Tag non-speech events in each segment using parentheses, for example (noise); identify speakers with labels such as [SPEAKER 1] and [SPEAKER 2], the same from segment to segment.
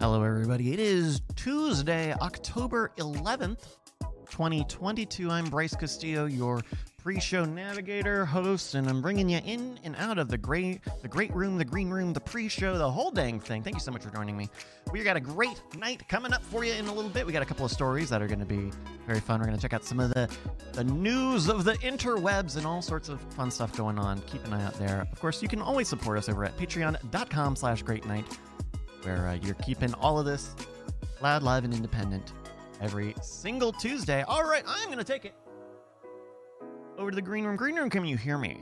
[SPEAKER 1] Hello, everybody. It is Tuesday, October 11th, 2022. I'm Bryce Castillo, your pre-show navigator, host, and I'm bringing you in and out of the great, the great room, the green room, the pre-show, the whole dang thing. Thank you so much for joining me. We got a great night coming up for you in a little bit. We got a couple of stories that are going to be very fun. We're going to check out some of the the news of the interwebs and all sorts of fun stuff going on. Keep an eye out there. Of course, you can always support us over at Patreon.com/slash Great Night, where uh, you're keeping all of this loud, live, and independent every single Tuesday. All right, I'm going to take it over to the green room. Green room, can you hear me?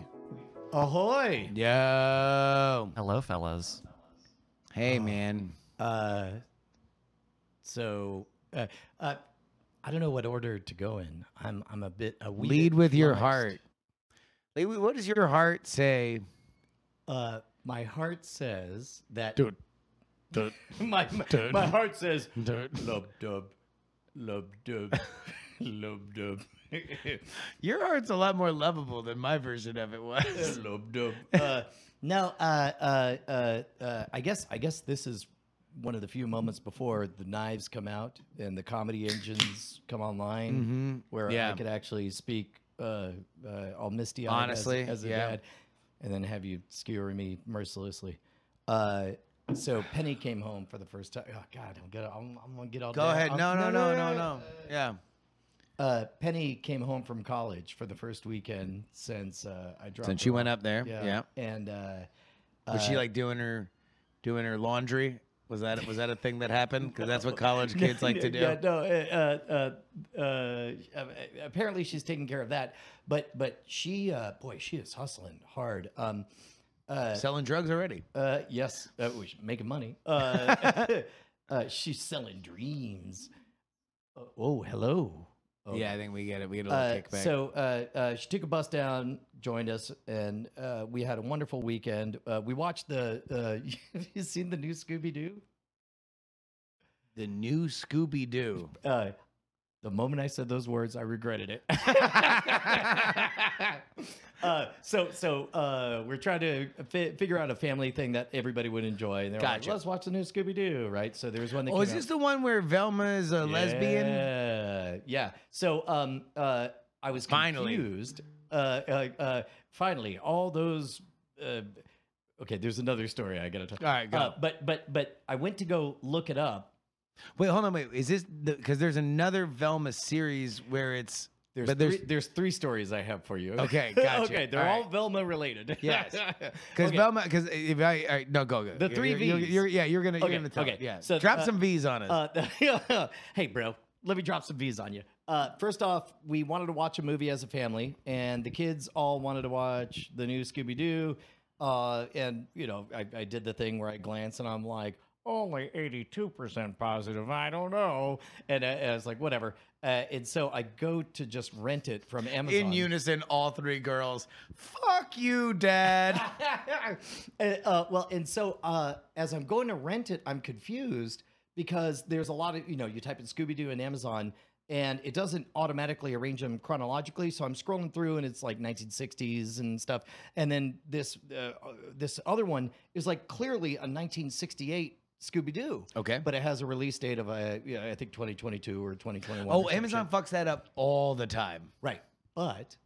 [SPEAKER 2] Ahoy!
[SPEAKER 3] Yo.
[SPEAKER 1] Hello, fellas.
[SPEAKER 3] Hey,
[SPEAKER 2] Um,
[SPEAKER 3] man.
[SPEAKER 2] Uh, so uh, uh, I don't know what order to go in. I'm I'm a bit a wee
[SPEAKER 3] Lead
[SPEAKER 2] bit
[SPEAKER 3] with your
[SPEAKER 2] lost.
[SPEAKER 3] heart. Lead with- What does your heart say?
[SPEAKER 2] Uh, my heart says that
[SPEAKER 4] Dude. Dude.
[SPEAKER 2] (laughs) my my,
[SPEAKER 4] dude.
[SPEAKER 2] my heart says
[SPEAKER 4] Dude.
[SPEAKER 2] lub dub, lub dub, (laughs) lub dub, (laughs)
[SPEAKER 3] Your heart's a lot more lovable than my version of it was.
[SPEAKER 2] (laughs) lub dub. Uh, no, uh, uh, uh, uh, I guess I guess this is one of the few moments before the knives come out and the comedy engines come online.
[SPEAKER 3] mm-hmm.
[SPEAKER 2] where I
[SPEAKER 3] Yeah.
[SPEAKER 2] could actually speak uh, uh, all misty eyed
[SPEAKER 3] Honestly,
[SPEAKER 2] as, as a
[SPEAKER 3] yeah.
[SPEAKER 2] dad, and then have you skewer me mercilessly. Uh, so Penny came home for the first time. Oh God, I'm gonna I'm, I'm gonna get all.
[SPEAKER 3] Go
[SPEAKER 2] down-
[SPEAKER 3] ahead.
[SPEAKER 2] I'm-
[SPEAKER 3] No, no, no, no, no. Yeah.
[SPEAKER 2] Uh, Penny came home from college for the first weekend since uh, I dropped.
[SPEAKER 3] Since
[SPEAKER 2] her
[SPEAKER 3] you went
[SPEAKER 2] off.
[SPEAKER 3] up there. Yeah.
[SPEAKER 2] and uh,
[SPEAKER 3] Was she
[SPEAKER 2] uh,
[SPEAKER 3] like doing her doing her laundry? Was that was that a thing that happened?
[SPEAKER 2] (laughs)
[SPEAKER 3] Because that's what college kids like to do.
[SPEAKER 2] Yeah, no, uh, uh, uh, uh, apparently she's taking care of that, but but she, uh, boy, she is hustling hard. Um, uh,
[SPEAKER 3] Selling drugs already.
[SPEAKER 2] Uh, yes, uh, we should making money. Uh, (laughs) uh, she's selling dreams. Oh, oh, hello. Oh,
[SPEAKER 3] Yeah, I think we get it. We get a little
[SPEAKER 2] Uh,
[SPEAKER 3] kickback.
[SPEAKER 2] so uh, uh, she took a bus down, joined us, and uh, we had a wonderful weekend. Uh, we watched the. Uh, (laughs) have you seen the new Scooby Doo?
[SPEAKER 3] the new Scooby Doo.
[SPEAKER 2] Uh, the moment I said those words, I regretted
[SPEAKER 3] (laughs)
[SPEAKER 2] it. (laughs) uh, so, so uh, we're trying to fi- figure out a family thing that everybody would enjoy. And they're like,
[SPEAKER 3] Gotcha.
[SPEAKER 2] "Let's watch the new Scooby Doo." Right? So there was one that.
[SPEAKER 3] Oh,
[SPEAKER 2] came
[SPEAKER 3] is
[SPEAKER 2] out-
[SPEAKER 3] this the one where Velma is a lesbian?
[SPEAKER 2] Yeah. Yeah. So um uh I was
[SPEAKER 3] Finally.
[SPEAKER 2] confused. Uh, uh uh finally all those uh okay, there's another story I gotta talk
[SPEAKER 3] All right, go.
[SPEAKER 2] Uh, but but but I went to go look it up.
[SPEAKER 3] Wait, hold on. Wait, is this because there's another Velma series where it's
[SPEAKER 2] There's,
[SPEAKER 3] But there's-
[SPEAKER 2] three, there's three stories I have for you. (laughs)
[SPEAKER 3] Okay, gotcha.
[SPEAKER 2] okay, they're
[SPEAKER 3] All
[SPEAKER 2] all,
[SPEAKER 3] right.
[SPEAKER 2] Velma related. (laughs)
[SPEAKER 3] Yes. because
[SPEAKER 2] Okay.
[SPEAKER 3] Velma because if I, I no go go
[SPEAKER 2] The
[SPEAKER 3] You're-
[SPEAKER 2] three
[SPEAKER 3] you're, you're-
[SPEAKER 2] Vs.
[SPEAKER 3] you're- yeah you're gonna you're
[SPEAKER 2] Okay,
[SPEAKER 3] gonna tell
[SPEAKER 2] okay.
[SPEAKER 3] yeah
[SPEAKER 2] So,
[SPEAKER 3] drop
[SPEAKER 2] uh,
[SPEAKER 3] some V's on us.
[SPEAKER 2] Uh, (laughs) hey, bro, let me drop some V's on you. Uh, first off, we wanted to watch a movie as a family, and the kids all wanted to watch the new Scooby Doo. Uh, and, you know, I, I did the thing where I glance and I'm like, only 82% positive. I don't know. And, I, and I was like, whatever. Uh, and so I go to just rent it from Amazon.
[SPEAKER 3] In unison, all three girls. Fuck you, Dad.
[SPEAKER 2] Uh, uh, well, (laughs) and so uh, as I'm going to rent it, I'm confused because there's a lot of you know you type in Scooby Doo and Amazon, and it doesn't automatically arrange them chronologically. So I'm scrolling through, and it's like 1960s and stuff, and then this uh, this other one is like clearly a 1968 Scooby Doo.
[SPEAKER 3] Okay.
[SPEAKER 2] But it has a release date of uh, yeah, I think 2022 or 2021. or
[SPEAKER 3] oh,
[SPEAKER 2] some
[SPEAKER 3] Amazon
[SPEAKER 2] shit.
[SPEAKER 3] fucks that up all the time.
[SPEAKER 2] right? But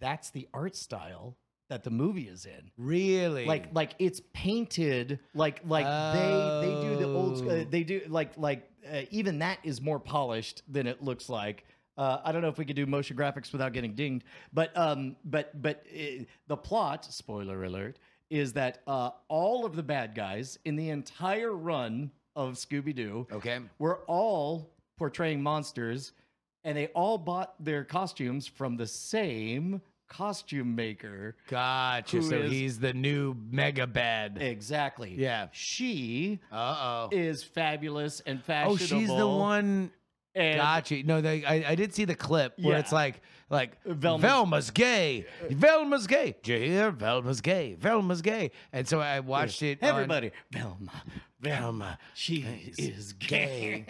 [SPEAKER 2] that's the art style that the movie is in
[SPEAKER 3] Really?
[SPEAKER 2] like like it's painted like like they they do the old sc- uh,
[SPEAKER 3] Oh.
[SPEAKER 2] they do like like uh, even that is more polished than it looks like uh, I don't know if we could do motion graphics without getting dinged, but um, but but uh, the plot spoiler alert is that uh, all of the bad guys in the entire run of Scooby Doo
[SPEAKER 3] okay.
[SPEAKER 2] were all portraying monsters, and they all bought their costumes from the same costume maker.
[SPEAKER 3] Gotcha.
[SPEAKER 2] Who
[SPEAKER 3] So
[SPEAKER 2] is-
[SPEAKER 3] he's the new mega bad.
[SPEAKER 2] Exactly.
[SPEAKER 3] Yeah.
[SPEAKER 2] She
[SPEAKER 3] Uh oh.
[SPEAKER 2] is fabulous and fashionable.
[SPEAKER 3] Oh, she's the one.
[SPEAKER 2] And
[SPEAKER 3] Gotcha. No, they, I, I did see the clip where
[SPEAKER 2] Yeah.
[SPEAKER 3] it's like like
[SPEAKER 2] Velma's-
[SPEAKER 3] Velma's, gay. Velma's gay. Did you hear? Velma's gay. Velma's gay. And so I watched it. on-
[SPEAKER 2] everybody, Velma,
[SPEAKER 3] Velma.
[SPEAKER 2] she
[SPEAKER 3] Is
[SPEAKER 2] is gay.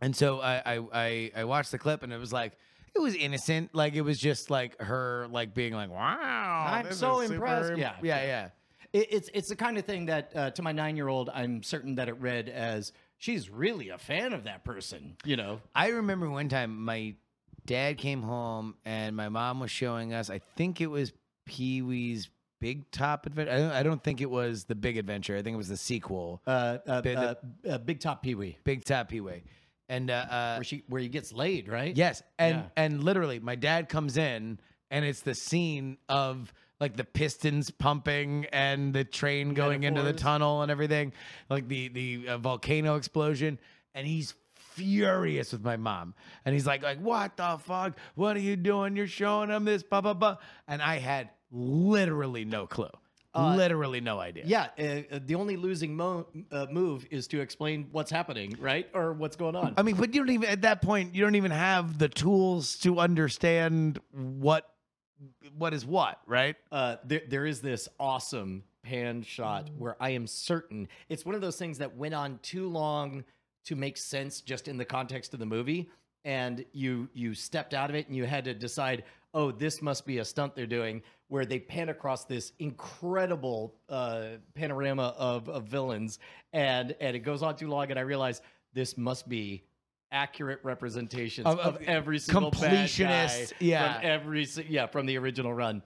[SPEAKER 3] And so I, I I I watched the clip and it was like it was innocent. Like it was just like her like being like, wow.
[SPEAKER 2] I'm
[SPEAKER 3] this
[SPEAKER 2] so
[SPEAKER 3] is super
[SPEAKER 2] impressed."
[SPEAKER 3] im-
[SPEAKER 2] Yeah.
[SPEAKER 3] Yeah, yeah.
[SPEAKER 2] (laughs) It, it's it's the kind of thing that uh, to my nine year old, I'm certain that it read as she's really a fan of that person. You know,
[SPEAKER 3] I remember one time my dad came home and my mom was showing us. I think it was Pee Wee's Big Top Adventure. I don't, I don't think it was the Big Adventure. I think it was the sequel,
[SPEAKER 2] uh, uh,
[SPEAKER 3] Been
[SPEAKER 2] uh,
[SPEAKER 3] the-
[SPEAKER 2] uh, Big Top Pee Wee,
[SPEAKER 3] Big Top Pee Wee. And uh, uh,
[SPEAKER 2] where she where he gets laid, right?
[SPEAKER 3] yes, and
[SPEAKER 2] Yeah.
[SPEAKER 3] and literally, my dad comes in and it's the scene of like the pistons pumping and the train going into the
[SPEAKER 2] Metaphors.
[SPEAKER 3] tunnel and everything, like the the uh, volcano explosion, and he's furious with my mom and he's like like what the fuck what are you doing you're showing him this blah blah blah and i had literally no clue literally no idea
[SPEAKER 2] Uh, Yeah, uh, uh, the only losing mo- uh, move is to explain what's happening, right, or what's going on.
[SPEAKER 3] I mean, but you don't even at that point you don't even have the tools to understand what what is what, right?
[SPEAKER 2] uh, there, there is this awesome pan shot
[SPEAKER 3] Mm.
[SPEAKER 2] where I am certain it's one of those things that went on too long to make sense just in the context of the movie, and you you stepped out of it and you had to decide, oh, this must be a stunt they're doing, where they pan across this incredible uh, panorama of, of villains, and and it goes on too long, and I realize this must be. Accurate representations
[SPEAKER 3] Of-
[SPEAKER 2] of,
[SPEAKER 3] of
[SPEAKER 2] every single bad guy
[SPEAKER 3] completionist, yeah.
[SPEAKER 2] from every si- yeah from the original run.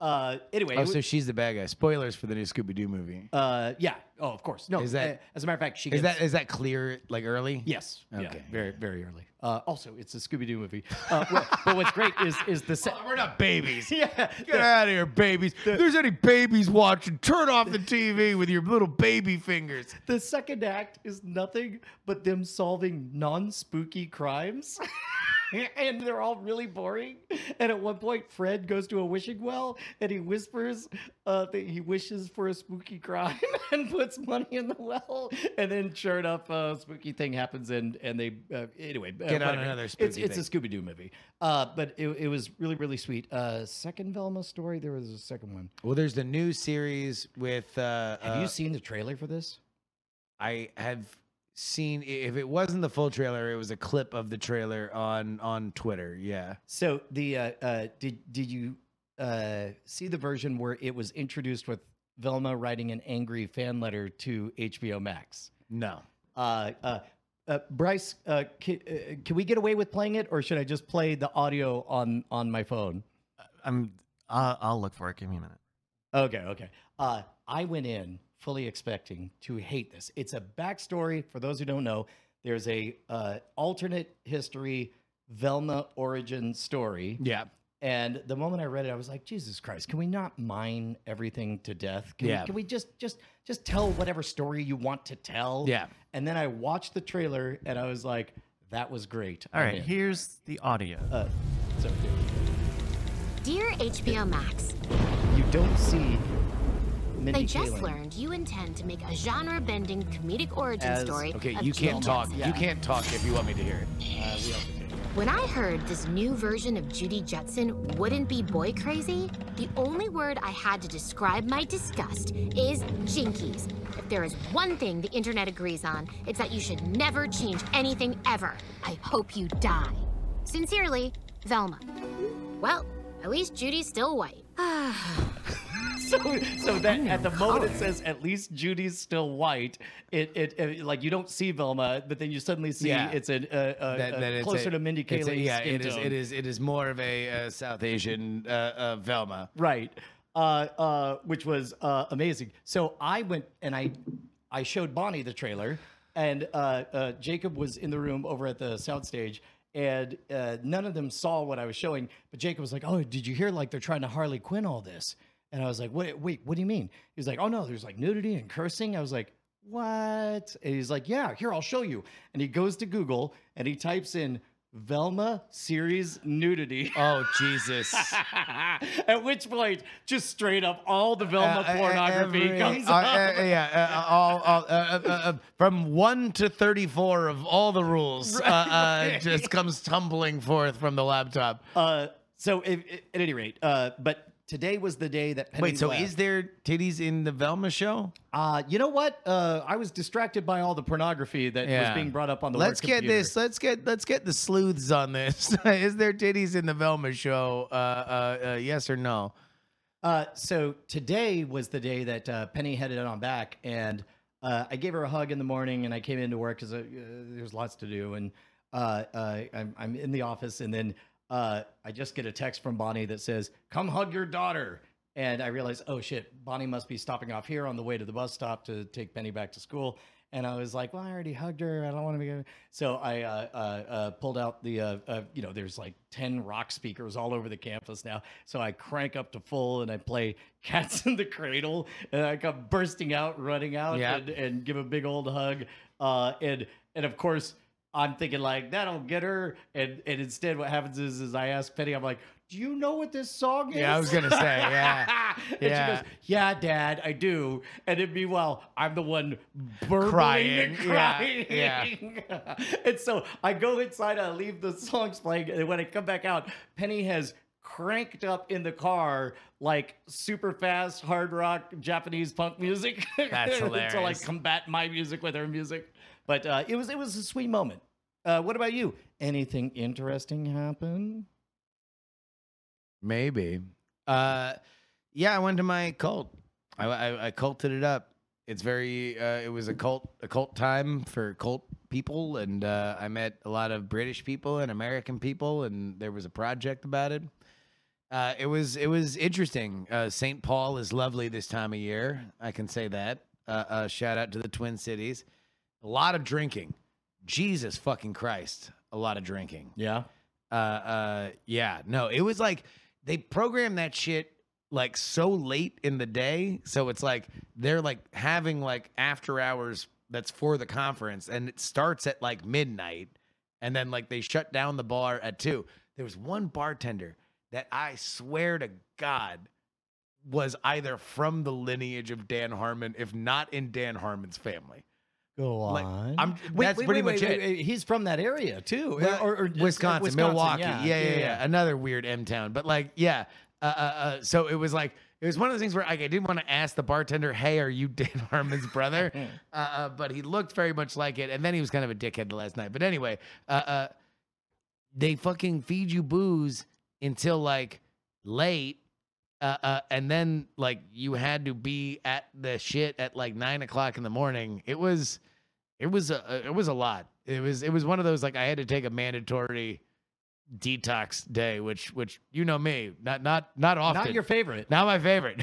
[SPEAKER 2] Uh, anyway,
[SPEAKER 3] Oh,
[SPEAKER 2] it
[SPEAKER 3] so
[SPEAKER 2] was-
[SPEAKER 3] she's the bad guy. Spoilers for the new Scooby Doo movie.
[SPEAKER 2] uh, yeah. Oh, of course. No,
[SPEAKER 3] Is that-
[SPEAKER 2] uh, as a matter of fact, she
[SPEAKER 3] Is
[SPEAKER 2] gets,
[SPEAKER 3] that is that clear like early?
[SPEAKER 2] yes. yeah,
[SPEAKER 3] Okay.
[SPEAKER 2] very very early. Uh, also, it's a Scooby Doo movie. Uh, well, but what's great is is the set.
[SPEAKER 3] Oh, We're not (laughs) babies.
[SPEAKER 2] Yeah,
[SPEAKER 3] Get out of here, babies. if there's any babies watching, turn off the TV with your little baby fingers.
[SPEAKER 2] the second act is nothing but them solving non-spooky crimes. (laughs) and they're all really boring. And at one point, Fred goes to a wishing well and he whispers uh, that he wishes for a spooky crime (laughs) and puts money in the well. And then, sure enough, a spooky thing happens. And and they uh, anyway uh,
[SPEAKER 3] Get on
[SPEAKER 2] whatever.
[SPEAKER 3] another
[SPEAKER 2] It's,
[SPEAKER 3] spooky
[SPEAKER 2] it's a Scooby Doo movie, uh, but it, it was really really sweet. Uh, second Velma story. There was a second one.
[SPEAKER 3] Well, there's the new series with uh,
[SPEAKER 2] Have
[SPEAKER 3] uh,
[SPEAKER 2] you seen the trailer for this?
[SPEAKER 3] I have seen if it wasn't the full trailer, it was a clip of the trailer on on Twitter. Yeah.
[SPEAKER 2] So the uh, uh, did did you uh, see the version where it was introduced with Velma writing an angry fan letter to HBO Max?
[SPEAKER 3] No.
[SPEAKER 2] Uh, uh, uh, Bryce, uh, can, uh, can we get away with playing it, or should I just play the audio on on my phone?
[SPEAKER 1] I'm. Uh, I'll look for it. Give me a minute.
[SPEAKER 2] Okay, okay. Uh, I went in fully expecting to hate this. It's a backstory for those who don't know. There's a uh, alternate history Velma origin story.
[SPEAKER 3] Yeah.
[SPEAKER 2] And the moment I read it, I was like, Jesus Christ, can we not mine everything to death? Can,
[SPEAKER 3] Yeah.
[SPEAKER 2] we, can we just just just tell whatever story you want to tell?
[SPEAKER 3] Yeah.
[SPEAKER 2] And then I watched the trailer and I was like, that was great.
[SPEAKER 1] All
[SPEAKER 2] I'm
[SPEAKER 1] right.
[SPEAKER 2] in.
[SPEAKER 1] Here's the audio.
[SPEAKER 2] Uh, so
[SPEAKER 4] Dear HBO Max,
[SPEAKER 2] you don't see Mindy
[SPEAKER 4] I just
[SPEAKER 2] Kaling.
[SPEAKER 4] learned you intend to make a genre-bending comedic origin
[SPEAKER 2] As-
[SPEAKER 4] story.
[SPEAKER 3] Okay,
[SPEAKER 4] of
[SPEAKER 3] you
[SPEAKER 4] Jill
[SPEAKER 3] can't talk.
[SPEAKER 4] Jetson.
[SPEAKER 3] You can't talk if you want me to hear it.
[SPEAKER 2] Uh, we also did.
[SPEAKER 4] When I heard this new version of Judy Jetson wouldn't be boy crazy, the only word I had to describe my disgust is jinkies. If there is one thing the internet agrees on, it's that you should never change anything ever. I hope you die. Sincerely, Velma. Well, at least Judy's still white.
[SPEAKER 2] So, so that at the moment it says at least Judy's still white. It, it, it- like you don't see Velma, but then you suddenly see
[SPEAKER 3] Yeah.
[SPEAKER 2] it's an, uh, uh, uh, closer to Mindy
[SPEAKER 3] it's a-
[SPEAKER 2] Kaling's
[SPEAKER 3] Yeah,
[SPEAKER 2] skin
[SPEAKER 3] it is.
[SPEAKER 2] tone.
[SPEAKER 3] It is. It is more of a uh, South Asian uh, uh, Velma.
[SPEAKER 2] right uh, uh, which was uh, amazing so i went and i i showed bonnie the trailer and uh, uh, jacob was in the room over at the soundstage and uh, none of them saw what i was showing but jacob was like oh did you hear like they're trying to harley quinn all this and i was like wait wait what do you mean he was like oh no there's like nudity and cursing i was like what and he's like yeah here i'll show you and he goes to google and he types in velma series nudity (laughs)
[SPEAKER 3] Oh Jesus!
[SPEAKER 2] At which point, just straight up, all the Velma
[SPEAKER 3] Uh, uh,
[SPEAKER 2] pornography
[SPEAKER 3] every-
[SPEAKER 2] comes
[SPEAKER 3] uh,
[SPEAKER 2] up.
[SPEAKER 3] uh, yeah, uh, uh, all, all, uh, uh, uh, uh, from one to thirty-four of all the rules uh, uh, just comes tumbling forth from the laptop.
[SPEAKER 2] Uh, so, if, if- at any rate, uh, but today was the day that. Penny
[SPEAKER 3] Wait, so
[SPEAKER 2] left.
[SPEAKER 3] is there titties in the Velma show?
[SPEAKER 2] Uh, you know what? Uh, I was distracted by all the pornography that was being brought up on the.
[SPEAKER 3] Let's
[SPEAKER 2] work
[SPEAKER 3] get
[SPEAKER 2] computer.
[SPEAKER 3] this. Let's get let's get the (laughs) sleuths on this. Is there titties in the Velma show? Uh, uh, uh, yes or no?
[SPEAKER 2] Uh, so today was the day that uh, Penny headed on back, and uh, I gave her a hug in the morning, and I came into work because uh, there's lots to do, and uh, uh, I'm, I'm in the office, and then uh, I just get a text from Bonnie that says, "Come hug your daughter." And I realized, oh shit, Bonnie must be stopping off here on the way to the bus stop to take Penny back to school. And I was like, well, I already hugged her. I don't want to be. So I uh, uh, uh, pulled out the, uh, uh, you know, there's like 10 rock speakers all over the campus now. So I crank up to full and I play (laughs) Cats in the Cradle. And I come bursting out, running out,
[SPEAKER 3] Yeah.
[SPEAKER 2] and, and give a big old hug. Uh, and, and of course, I'm thinking like that'll get her, and and instead what happens is is I ask Penny, I'm like, "Do you know what this song is?"
[SPEAKER 3] Yeah, I was gonna say, yeah.
[SPEAKER 2] (laughs) and
[SPEAKER 3] Yeah.
[SPEAKER 2] she goes, "Yeah, Dad, I do." And then meanwhile, I'm the one burbling
[SPEAKER 3] Crying.
[SPEAKER 2] and
[SPEAKER 3] Yeah,
[SPEAKER 2] crying. (laughs)
[SPEAKER 3] yeah.
[SPEAKER 2] and so I go inside, I leave the songs playing, and when I come back out, Penny has cranked up in the car like super fast hard rock Japanese punk music. (laughs)
[SPEAKER 3] That's
[SPEAKER 2] so like
[SPEAKER 3] hilarious.
[SPEAKER 2] combat my music with her music. But uh, it was it was a sweet moment. Uh, what about you? Anything interesting happen?
[SPEAKER 3] Maybe. Uh, yeah, I went to my cult. I, I, I culted it up. It's very. Uh, it was a cult, a cult time for cult people, and uh, I met a lot of British people and American people, and there was a project about it. Uh, it was it was interesting. Uh, St. Paul is lovely this time of year. I can say that. Uh, uh, shout out to the Twin Cities. A lot of drinking. Jesus fucking Christ. A lot of drinking
[SPEAKER 2] Yeah.
[SPEAKER 3] uh, uh, yeah, no, it was like they programmed that shit like so late in the day, so it's like they're like having like after hours that's for the conference, and it starts at like midnight, and then like they shut down the bar at two. There was one bartender that I swear to God was either from the lineage of Dan Harmon, if not in Dan Harmon's family.
[SPEAKER 2] Go
[SPEAKER 3] Like,
[SPEAKER 2] on.
[SPEAKER 3] I'm- that's pretty much it.
[SPEAKER 2] He's from that area too, or-
[SPEAKER 3] Well,
[SPEAKER 2] or, or-
[SPEAKER 3] Uh, Wisconsin, Milwaukee. Yeah, yeah, yeah,
[SPEAKER 2] yeah.
[SPEAKER 3] Another weird M town, but like, yeah. Uh, uh, uh, so it was like it was one of those things where like, I didn't want to ask the bartender, "Hey, are you (laughs) Dan Harmon's (laughs) brother?" uh, uh, but he looked very much like it, and then he was kind of a dickhead the last night. But anyway, uh, uh, they fucking feed you booze until like late. Uh, uh, and then like you had to be at the shit at like nine o'clock in the morning. It was, it was a, uh, it was a lot. It was, it was one of those like I had to take a mandatory detox day, which, which you know me, not, not, not often.
[SPEAKER 2] Not your favorite.
[SPEAKER 3] Not my favorite.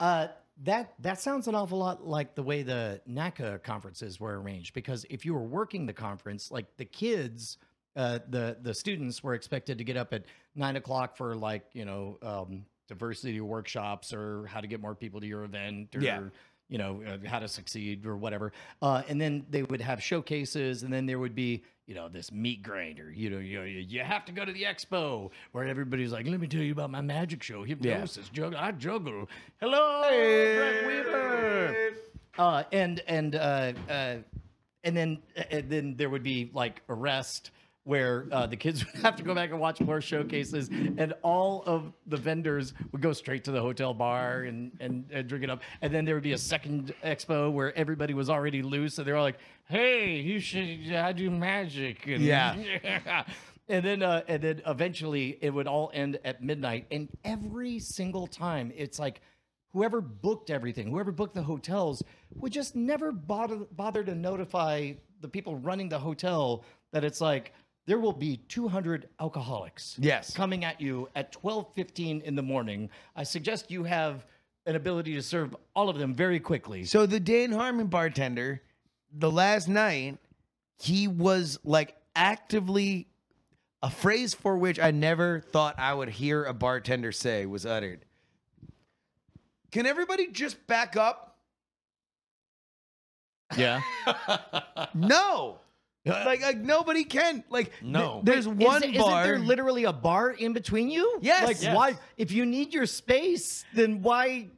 [SPEAKER 2] Uh, that that sounds an awful lot like the way the NACA conferences were arranged because if you were working the conference, like the kids, uh, the the students were expected to get up at nine o'clock for like you know um, diversity workshops or how to get more people to your event or
[SPEAKER 3] Yeah.
[SPEAKER 2] you know uh, how to succeed or whatever, uh, and then they would have showcases and then there would be you know this meat grinder you know you you have to go to the expo where everybody's like let me tell you about my magic show hypnosis juggle I juggle hello
[SPEAKER 3] (laughs)
[SPEAKER 2] Brett Weaver uh, and and uh, uh, and then uh, and then there would be like arrest where uh, the kids (laughs) would have to go back and watch more showcases, and all of the vendors would go straight to the hotel bar and and, and drink it up, and then there would be a second expo where everybody was already loose, so they were like, "Hey, you should I do magic?" And (laughs) yeah. And then, uh, and then eventually, it would all end at midnight. And every single time, it's like whoever booked everything, whoever booked the hotels, would just never bother, bother to notify the people running the hotel that it's like there will be 200 alcoholics
[SPEAKER 3] Yes.
[SPEAKER 2] coming at you at 12:15 in the morning. I suggest you have an ability to serve all of them very quickly.
[SPEAKER 3] So the Dan Harmon bartender, the last night, he was like actively a phrase for which I never thought I would hear a bartender say was uttered. Can everybody just back up?
[SPEAKER 2] yeah.
[SPEAKER 3] No. Like, like nobody can. Like th-
[SPEAKER 2] Uh,
[SPEAKER 5] Oh.
[SPEAKER 2] No.
[SPEAKER 3] there's one
[SPEAKER 2] Isn't,
[SPEAKER 3] bar.
[SPEAKER 2] isn't there literally a bar in between you?
[SPEAKER 3] Yes.
[SPEAKER 2] Like
[SPEAKER 3] Yes.
[SPEAKER 2] why? If you need your space, then why?